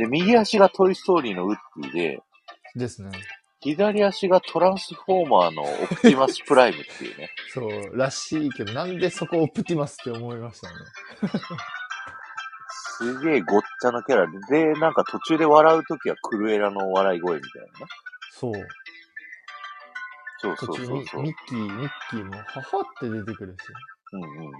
A: で、右足がトイ・ストーリーのウッディで、
B: ん。ですね。
A: 左足がトランスフォーマーのオプティマス・プライムっていうね。
B: そう、らしいけど、なんでそこをプティマスって思いましたね。
A: すげえごっちゃなキャラで、で、なんか途中で笑うときはクルエラの笑い声みたいなね。
B: そう。
A: そう
B: 途
A: そう
B: 中
A: そ
B: ミ
A: うそう。う
B: ミッキー、ミッキーも、母って出てくる
A: ん
B: し、
A: うんうん。
B: もう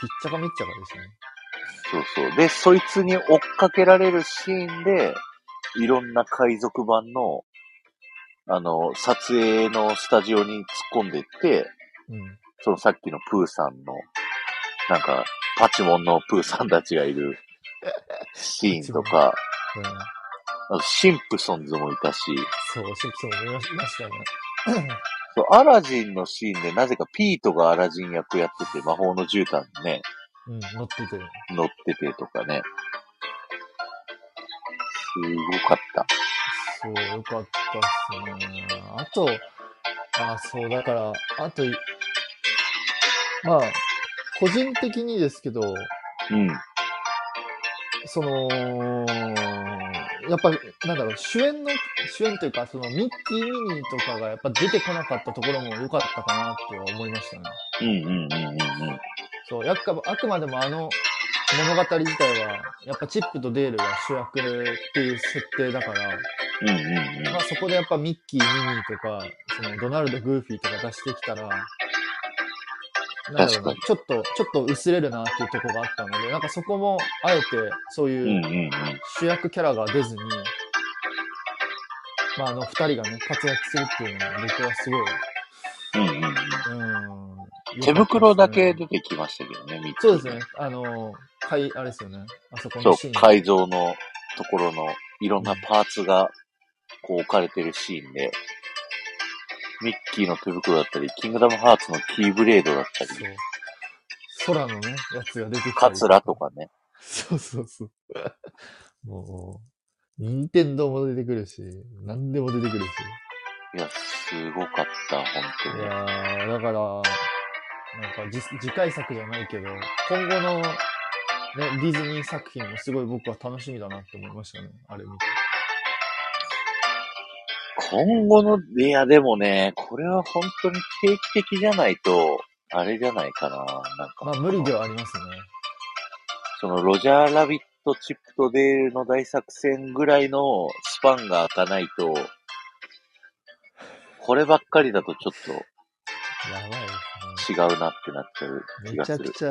B: ひっちゃかみっちゃかですね。
A: そうそう。で、そいつに追っかけられるシーンで、いろんな海賊版の、あの、撮影のスタジオに突っ込んでって、
B: うん。
A: そのさっきのプーさんの、なんか、パチモンのプーさんたちがいるシーンとか、
B: うん、
A: あとシンプソンズもいたし、
B: そう、シンプソンも見ましたね。
A: そう、アラジンのシーンでなぜかピートがアラジン役やってて、魔法の絨毯にね、
B: うん、乗ってて。
A: 乗っててとかね。すごかった。
B: そう、よかったっすね。あと、あ、そう、だから、あとい、まあ、個人的にですけど、
A: うん。
B: その、やっぱ、なんだろう、主演の、主演というか、その、ミッキー・ミニーとかがやっぱ出てこなかったところも良かったかなとは思いましたね。
A: うんうんうんうんうん。
B: そう、やっかあくまでもあの物語自体は、やっぱチップとデールが主役っていう設定だから、
A: うんうん
B: まあ、そこでやっぱミッキー、ミニーとか、そのドナルド、グーフィーとか出してきたら、なんだ
A: 確
B: ろ
A: か
B: う
A: に
B: ちょっと、ちょっと薄れるなっていうところがあったので、なんかそこも、あえて、そう
A: うん。
B: いう
A: うんうんうん。
B: 主役キャラが出ずに、まあ、あの、二人がね、活躍するっていうのは、僕はすごい、
A: うんうんうん。
B: うん。
A: 手袋だけ出てきましたけどね、ミッキー
B: そうですね。。あの、かい、あれですよね。あそこ
A: そ
B: のシー
A: う、
B: ン。
A: 改造のところのいろんなパーツがこう置かれてるシーンで、ミッキーの手袋だったり、キングダムハーツのキーブレードだったり、
B: そう。空のね、やつが出てきたり
A: カツラと。かね。
B: そうそうそう。 もう、任天堂も出てくるし、何でも出てくるし。
A: いや、すごかった、本当
B: い
A: に。
B: やー、だから、なんか次、次回作じゃないけど、今後の、ね、ディズニー作品もすごい僕は楽しみだなって思いましたね。あれ見て。
A: 今後の、いや、でもね、これは本当に定期的じゃないと、あれじゃないかな。なんか、
B: まあ、無理ではありますね。
A: その、ロジャー・ラビット・チップとデールの大作戦ぐらいのスパンが開かないと、こればっかりだとちょっ
B: やばいですね。
A: と違うなってなっちゃう気
B: め
A: が
B: ち
A: す
B: ゃく
A: る。
B: ちゃ、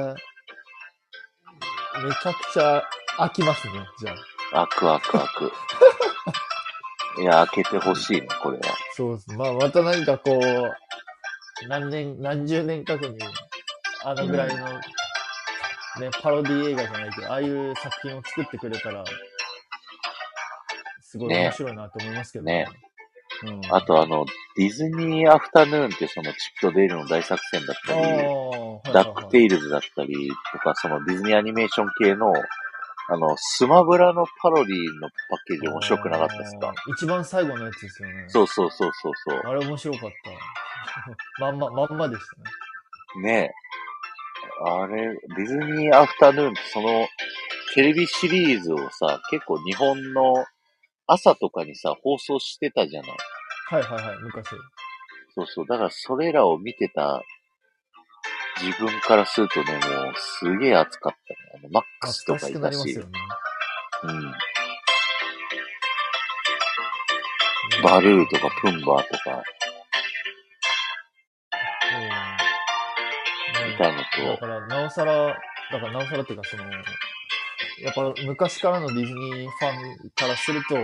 B: めちゃくちゃ飽きますね、じゃ
A: 開
B: あ。
A: く開く開く。いや、開けてほしいね、これは。
B: そうです。まあ、また何かこう、何年、何十年か後に、あのぐらいの、ね、パロディ映画じゃないけど、ああいう作品を作ってくれたら、すごい
A: ね
B: 面白いなと思いますけど
A: ね
B: うん、
A: あとあの、ディズニーアフタヌーンってそのチップとデールの大作戦だっ
B: あ
A: た
B: ー、
A: り、
B: はい
A: ダックテ
B: イ
A: イルズだったりとか、そのディズニーアニメーション系の、あの、スマブラのパロディのパッケージ面白くなかったですか
B: 一番最後のやつですよね。。
A: そううそうそうそうそ
B: あれ面白かった。 まんま、まんまでし
A: う。ねえ。あれ、ディズニーアフタヌーンってその、テレビシリーズをさ、結構日本の朝とかにさ、放送してたじゃない。
B: たね。はいはいはい、昔。
A: そうそう。だからそれらを見てた自分からするとね、もうすげえ熱かったね。あの、マックスと
B: 懐
A: か
B: か
A: い
B: しく
A: た
B: なりま
A: し。
B: すよね。
A: うん。
B: うん
A: バルーとかプンバーとか、
B: うん
A: みたいなの
B: だ
A: と、
B: から、なおさら、だから、なおさらっていうか、その、やっぱ昔からのディズニーファンからすると、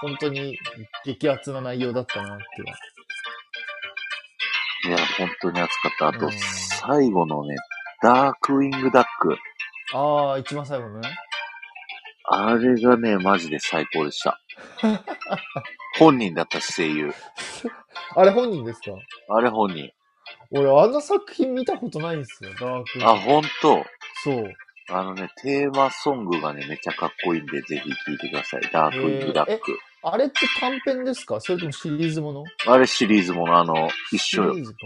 B: 本当に激アツな内容だったなっていう。
A: いや、本当に熱かった。あ
B: う
A: と
B: ん、
A: 最後のね、ダークウィングダック。
B: ああ、一番最後のね。
A: あれがね、マジで最高でした。本人だったし、声優。
B: あれ本人ですか
A: あれ本人。
B: 俺、あんな作品見たことないんですよ、ダーク。
A: あ、ほんと。
B: そう。
A: あのね、テーマソングがね、めっちゃかっこいいんで、ぜひ聴いてください。ダークウィングダック。
B: あれって短編ですかそれともシリーズもの
A: あれシリーズもの、あの、一緒
B: シリ
A: よ。
B: ーズか。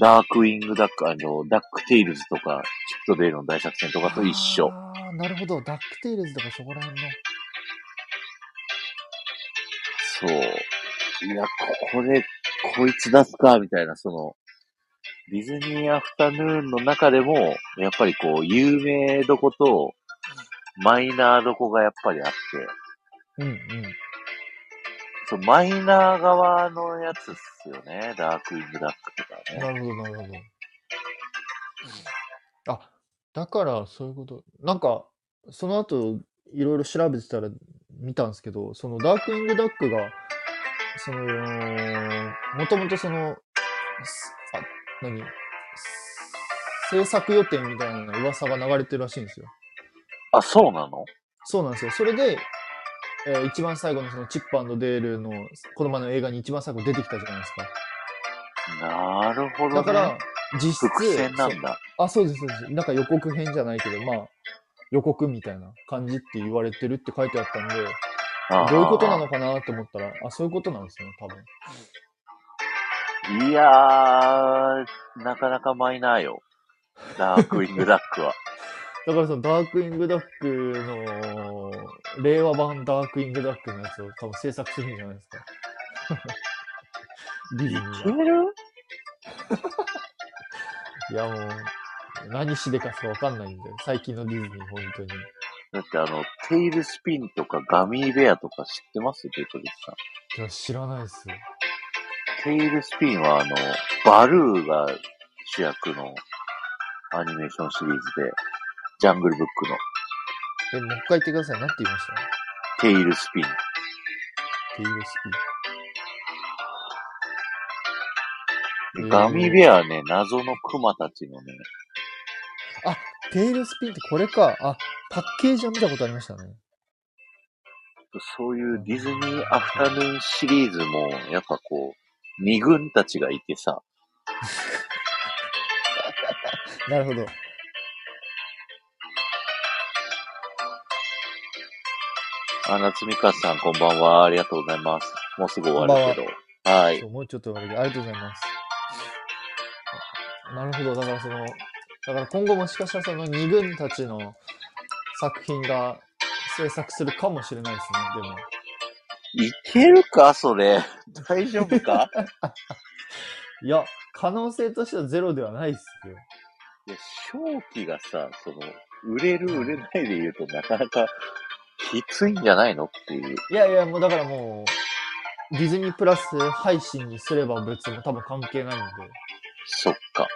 A: ダークウィングダック、あの、ダックテイルズとか、チップトデイルの大作戦とかと一緒。
B: ああ、なるほど。ダックテイルズとかそこら辺の。
A: そう。いや、これ、こいつ出すか、みたいな、その、ディズニーアフタヌーンの中でも、やっぱりこう、有名どこと、マイナーどこがやっぱりあって、
B: うんうん。
A: そうマイナー側のやつっすよね。ダークイングダックとかね。
B: なるほど、なるほど。あ、だから、そういうこと。なんか、その後、いろいろ調べてたら見たんですけど、そのダークイングダックが、その、もともとその、すあ、何制作予定みたいな噂が流れてるらしいんですよ。
A: あ、そうなの
B: そうなんですよ。それで、えー一番最後のそのチップデールの、この前の映画に一番最後出てきたじゃないですか。
A: なるほど、ね。
B: だから、、実質、
A: 伏線な
B: そ
A: んだ。
B: あ、そうです、そうです。なんか予告編じゃないけど、まあ、予告みたいな感じって言われてるって書いてあったんで、
A: あー
B: どういうことなのかなと思ったら、あ、そういうことなんですね、多分。
A: いやー、なかなかマイナーよ。ダークイングダックは。
B: だからそのダークイングダックの、令和版ダークイングダックのやつを多分制作するんじゃないですか。 ディズニ
A: いけ
B: ー
A: る
B: が。いやもう、何しでかすかわかんないんで、最近のディズニー、本当に。
A: だってあの、テイルスピンとかガミーベアとか知ってますペトリスさん。
B: いや、知らないっすよ。
A: テイルスピンはあの、バルーが主役のアニメーションシリーズで、ジャングルブックの
B: え、もう一回言ってください。なんて言いました
A: テイルスピン。
B: テイルスピー
A: で
B: へー
A: ガミーベアはね、謎のクマたちのね、
B: テールスピンってこれか。あ、パッケージは見たことありましたね。
A: そういうディズニーアフタヌーンシリーズも、やっぱこう、二軍たちがいてさ、
B: なるほど。
A: あ、夏みかさんこんばんは、ありがとうございます。もうすぐ終わるけど。はい。
B: そうもうちょっと終わりでありがとうございます。なるほど。だからその、だから今後もしかしたらその二軍たちの作品が制作するかもしれないですね。でも。
A: いけるかそれ。大丈夫か
B: いや、可能性としてはゼロではないっすよ。
A: いや、正気がさ、その、売れる、売れないで言うとなかなかきついんじゃないのっていう。
B: いやいや、もうだからもう、ディズニープラス配信にすれば別に多分関係ないんで。
A: そっか。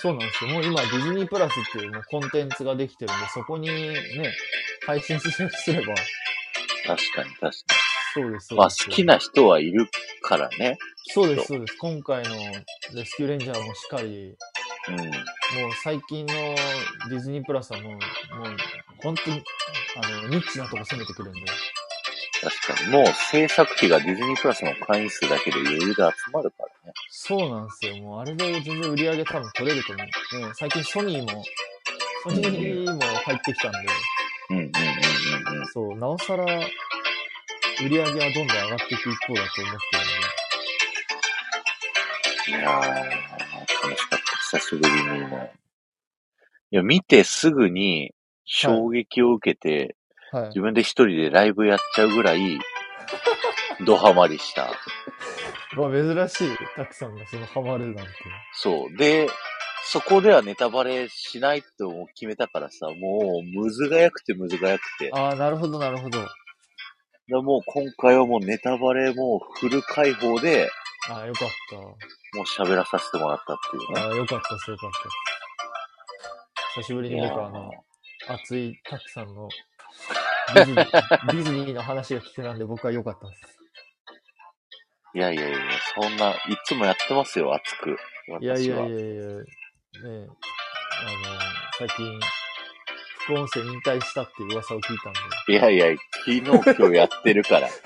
B: そうなんですよ。もう今、ディズニープラスっていうもうコンテンツができてるんで、そこにね、配信すれすれば、
A: 確かに確か
B: そうで
A: に。
B: す、そう
A: まあ、
B: で
A: 好
B: す。
A: きな人はいるからね。
B: そうです、そうです。今回のレスキューレンジャーもしっかり、
A: うん。
B: もう最近のディズニープラスはもう、もう、本当に、あの、ニッチなとこ攻めてくるんで。
A: 確かに。もう制作費がディズニープラスの会員数だけで余裕で集まるからね。
B: そうなんですよ。もうあれで全然売り上げ多分取れると思う。ね、最近ソニーも、ソニーも入ってきたんで、
A: うんうんうんうんうん。
B: そう、なおさら売り上げはどんどん上がっていく一方だと思ってるんで。
A: いやー、楽しかった。久しぶりにね。いや、見てすぐに衝撃を受けて、
B: はい
A: 自。分で一人でライブやっちゃうぐらい、ドハマりした。
B: まあ、珍しい、たくさんがそのハマるなんて。
A: そう。で、そこではネタバレしないともう決めたからさ、もう、むずがやくてむずがやくて。
B: ああ、なるほど、なるほど。
A: いやもう今回はもうネタバレもうフル解放で、
B: ああ、よかった。
A: もう喋らさせてもらったっていうね。
B: ああ、よかったです、よかったです。久しぶりに僕はあの、熱いたくさんのディズニー ディズニーの話が聞けたんで僕は良かったです。
A: いやいやいや、そんな、いつもやってますよ、熱く。私は。
B: いやいやいやいや、ねえ、あの、最近、副音声引退したっていう噂を聞いたんで、
A: いやいや、昨日今日やってるから。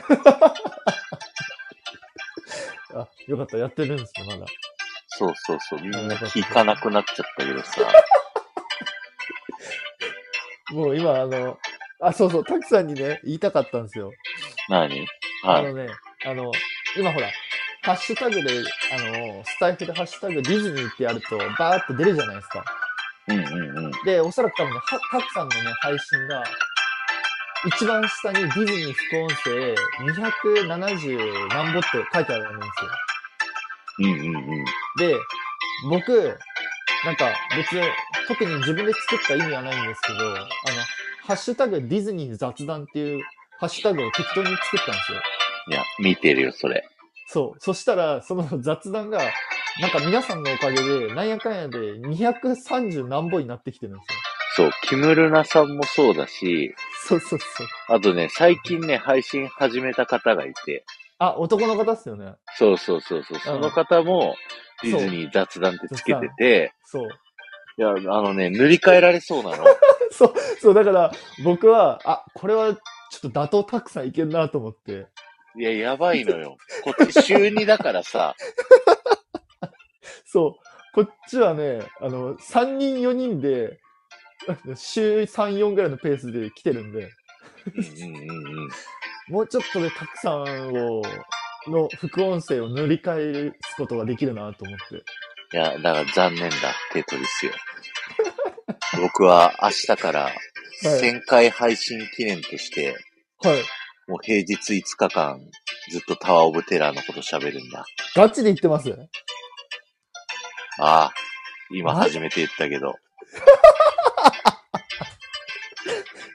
B: あ、よかった、やってるんですよ、まだ。
A: そうそうそう、みんな聞かなくなっちゃったけどさ。
B: もう今、あの、あ、そうそう、たくさんにね、言いたかったんですよ。
A: 何
B: あ
A: はい。
B: のね、あの、今ほら、ハッシュタグで、あの、スタイフでハッシュタグディズニーってやると、バーって出るじゃないですか。
A: うんうんうん。
B: で、おそらく多分ね、はたくさんのね、配信が、一番下にディズニー副音声270何ぼって書いてあるんですよ。
A: うんうんうん。
B: で、僕、なんか別に特に自分で作った意味はないんですけど、あの、ハッシュタグディズニー雑談っていうハッシュタグを適当に作ったんですよ。
A: いや、見てるよ、それ。
B: そう。そしたら、その雑談が、なんか皆さんのおかげで、なんやかんやで230何本になってきてるんですよ。
A: そう、キムルナさんもそうだし、
B: そうそうそう。
A: あとね、最近ね、配信始めた方がいて、
B: あ、男の方っすよね。
A: そうそうそうそう、その方も、ディズニー雑談ってつけてて、
B: そう。
A: いや、あのね、塗り替えられそうなの。
B: そう、そう、だから僕は、あ、これはちょっと打倒たくさんいけるなと思って。
A: いや、やばいのよ。こっち週2だから さ、
B: そう、こっちはね、あの、3人4人で、週3、4ぐらいのペースで来てるんで、
A: うんうんうんうん。
B: もうちょっとでたくさんを、の副音声を塗り替えすことができるなと思って。
A: いや、だから残念だ、テトリスよ。僕は明日から1000回配信記念として、
B: はい。
A: もう平日5日間ずっとタワーオブテラーのこと喋るんだ。
B: ガチで言ってます
A: ああ、今初めて言ったけど。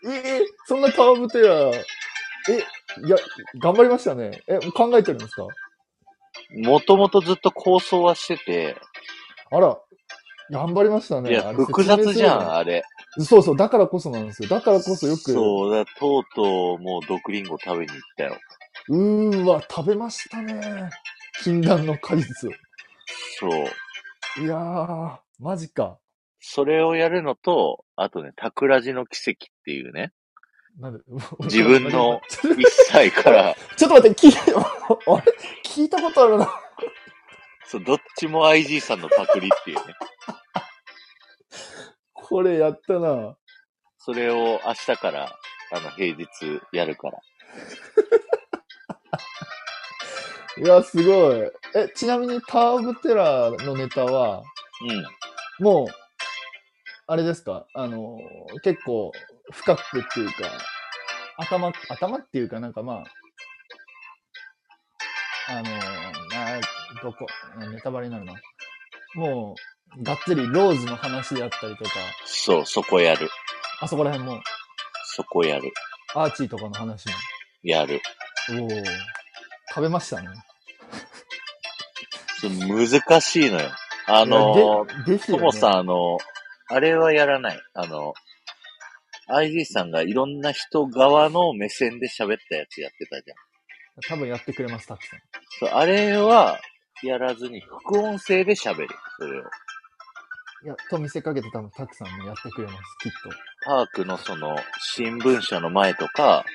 B: ええそんなタワーブテラー、え、いや、頑張りましたね。え、考えてるんですか
A: もともとずっと構想はしてて、
B: あら、頑張りましたね。
A: いや、
B: あれ
A: 複雑じゃん、。あれ。
B: そうそう、だからこそなんですよ。だからこそよく、う
A: そうだ、とうとうもう毒リンゴ食べに行ったよ。
B: ーわ、食べましたね。禁断の果実を。
A: そう。
B: いやー、マジか。
A: それをやるのと、あとね、桜地の奇跡っていうね、
B: なんで、
A: 自分の
B: ちょっ
A: 1歳から、
B: とちょっと待って、聞い あれ聞いたことあるな。
A: そう、どっちも IG さんのパクリっていうね。
B: これやったな。
A: それを明日から、あの、平日やるから。
B: いや、すごい。え、ちなみにタワーオブテラーのネタは、
A: うん。
B: もう、あれですか、あの、結構深くっていうか、頭、頭っていうかなんかまあ、あの、な、どこ、ネタバレになるな。もう、がっつりローズの話であったりとか、
A: そう、そこやる。
B: あそこら辺も、
A: そこやる。
B: アーチーとかの話
A: やる。
B: も。おお食べましたね。
A: そう難しいのよ。あのー、
B: でです
A: と
B: よ、
A: も
B: ね。
A: さん、あの、あれはやらない。あの、IG さんがいろんな人側の目線で喋ったやつやってたじゃん。
B: 多分やってくれます、たくさん。
A: そう、あれは、やらずに、副音声で喋る。それを。
B: いや、と見せかけて多分たくさんもやってくれます、きっと。
A: パークのその、新聞社の前とか、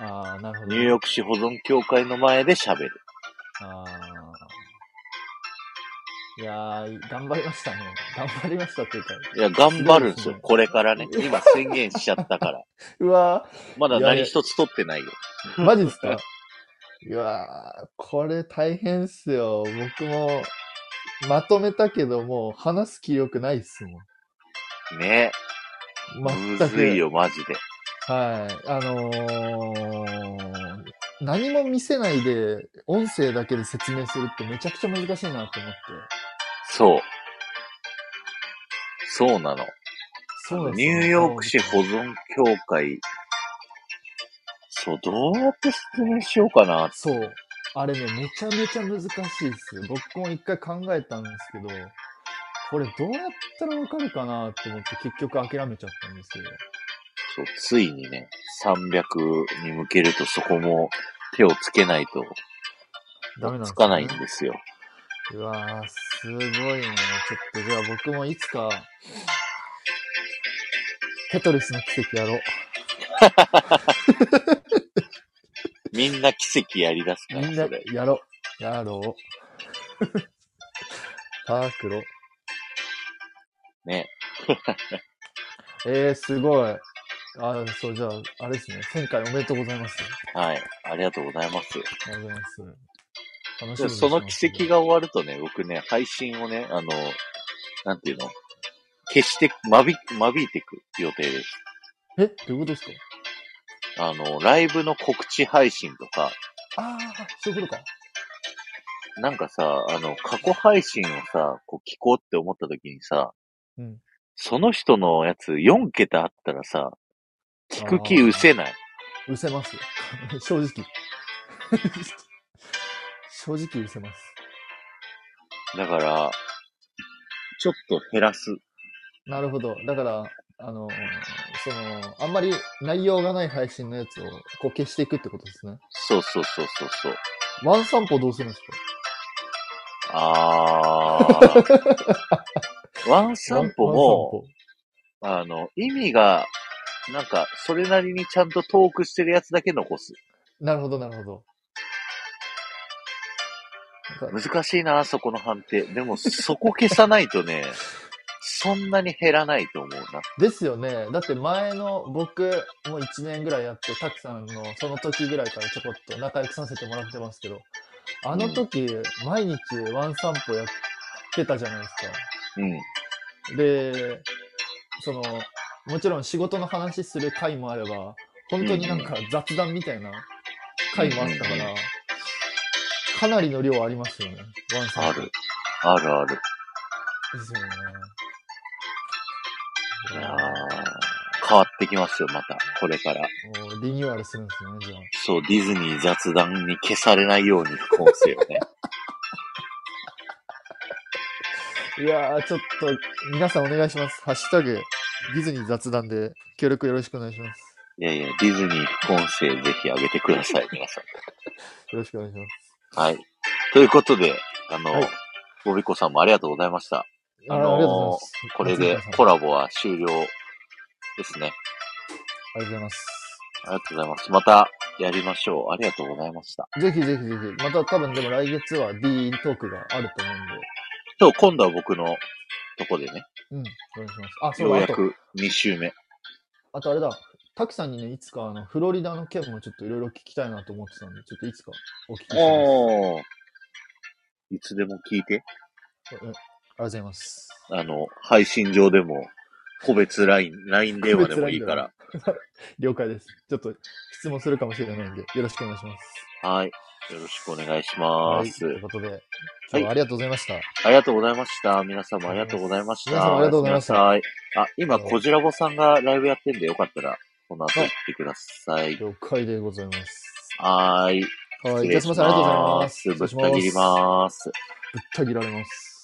B: ああ、なるほど。
A: ニューヨーク市保存協会の前で喋る。
B: あーいやー、頑張りましたね。頑張りましたっていうか。
A: いや、頑張るんです
B: すごい
A: よ
B: ですね。
A: これからね。今宣言しちゃった から。
B: うわ
A: まだ
B: いやい
A: 何
B: や
A: 一つ取ってないよ。
B: ー、マジですかいやー、これ大変っすよ。僕も、まとめたけど、もう話す気力ないっすもん。
A: ね
B: 全
A: む
B: く。
A: ずいよ、マジで。
B: はい。あのー、何も見せないで、音声だけで説明するってめちゃくちゃ難しいなって思って。
A: そう。そうなの。
B: そうなんで
A: ニ
B: すよ
A: ューヨーク市保存協会。そう、どうやって説明しようかな。
B: そう。あれね、めちゃめちゃ難しいです。僕も一回考えたんですけど、これどうやったらわかるかなって思って結局諦めちゃったんですけど。
A: そう、ついにね、300に向けるとそこも手をつけないと
B: ダメなんですね
A: つかないんですよ。
B: うわー、すごいね。ちょっとじゃあ僕もいつか、テトリスの奇跡やろう。
A: みんな奇跡やり出すから、
B: みんな
A: それ
B: やろう。やろう。 パークロ。
A: ね。
B: えー、すごい。あ、そう、じゃあ、あれですね。1000回おめでとうございます。
A: はい。ありがとうございます。
B: ありがとうございます。楽し
A: じゃ
B: み
A: あ
B: にし
A: その
B: てま
A: 奇
B: す
A: 跡が終わるとね、僕ね、配信をね、あの、なんていうの消して、まび、まびいていく予定です。
B: え、どういうことですか
A: あの、ライブの告知配信とか、
B: ああ、そういうことか。
A: なんかさ、あの、過去配信をさ、こう聞こうって思った時にさ、
B: うん
A: その人のやつ4桁あったらさ、聞く気うせない。
B: うせます。 正直。 正直うせます。
A: だから、ちょっと減らす。
B: なるほど。だから、あの、その、あんまり内容がない配信のやつをこう消していくってことですね。
A: そうそうそうそうそう。
B: ワン散歩どうするんですか
A: あー。 ワン散歩も、あの、意味が、なんか、それなりにちゃんとトークしてるやつだけ残す。
B: なるほど、なるほど。なんか
A: 難しいな、そこの判定。でも、そこ消さないとね、そんなに減らないと思うな。
B: ですよね。だって前の僕、もう1年ぐらいやって、たくさんのその時ぐらいからちょこっと仲良くさせてもらってますけど、あの時、毎日ワン散歩やってたじゃないです
A: うん。
B: か。で、その、もちろん仕事の話する回もあれば、本当になんか雑談みたいな回もあったか
A: うんうん
B: ら、かなりの量ありますよね。ワン散歩。
A: ある。あるある。
B: ですよね。
A: いやー変わってきますよ、また。これから。
B: もうリニューアルするんですね、じゃあ。
A: そう、ディズニー雑談に消されないように副音声をね。
B: いやー、ちょっと、皆さんお願いします。ハッシュタグ、ディズニー雑談で協力よろしくお願いします。
A: いやいや、ディズニー副音声ぜひ上げてください、皆さ
B: よろしくお願いします。
A: ん。はい。ということで、あの、
B: はい
A: ボビコさんもありがとうございました。
B: あ
A: あのー
B: ありがとうございます。
A: これ
B: あり
A: で
B: がとう
A: コラボは終了ですね。
B: ございます。
A: ありがとうございます。またやりましょう。ありがとうございました。
B: ぜひぜひぜひ。また多分でも来月は D トークがあると
A: そ
B: 思
A: う、今度は僕のとこでね、
B: うんで。うん。お願いします。あ、そ
A: よ
B: う
A: う
B: だ。あ
A: や
B: と、
A: く2週目。
B: あとあれだ。タキさんにね、いつかあの、フロリダの件もちょっといろいろ聞きたいなと思ってたんで、ちょっといつかお聞きします。
A: おー。 いつでも聞いて、
B: うんありがとうございます。
A: あの、配信上でも、個別 LINE、LINE 電話でもいいから。
B: 了解です。ちょっと質問するかもしれないんで、よろしくお願いします。
A: はい。よろしくお願いし
B: は
A: ま
B: い。
A: す。
B: ということで、今日はありがとうございました。
A: ありがとうございました。皆様ありがとうございました。
B: 皆様ありがとうございました
A: おやすみなさいあ、今、こじらぼさんがライブやってんで、よかったら、この後行ってください。
B: 了解でございます。
A: はーい。
B: はい。
A: 失
B: じゃ
A: 礼
B: あすみま
A: し
B: せん。
A: ま。ぶっ
B: ありがとうございますす。
A: た切ります。
B: ぶった切られます。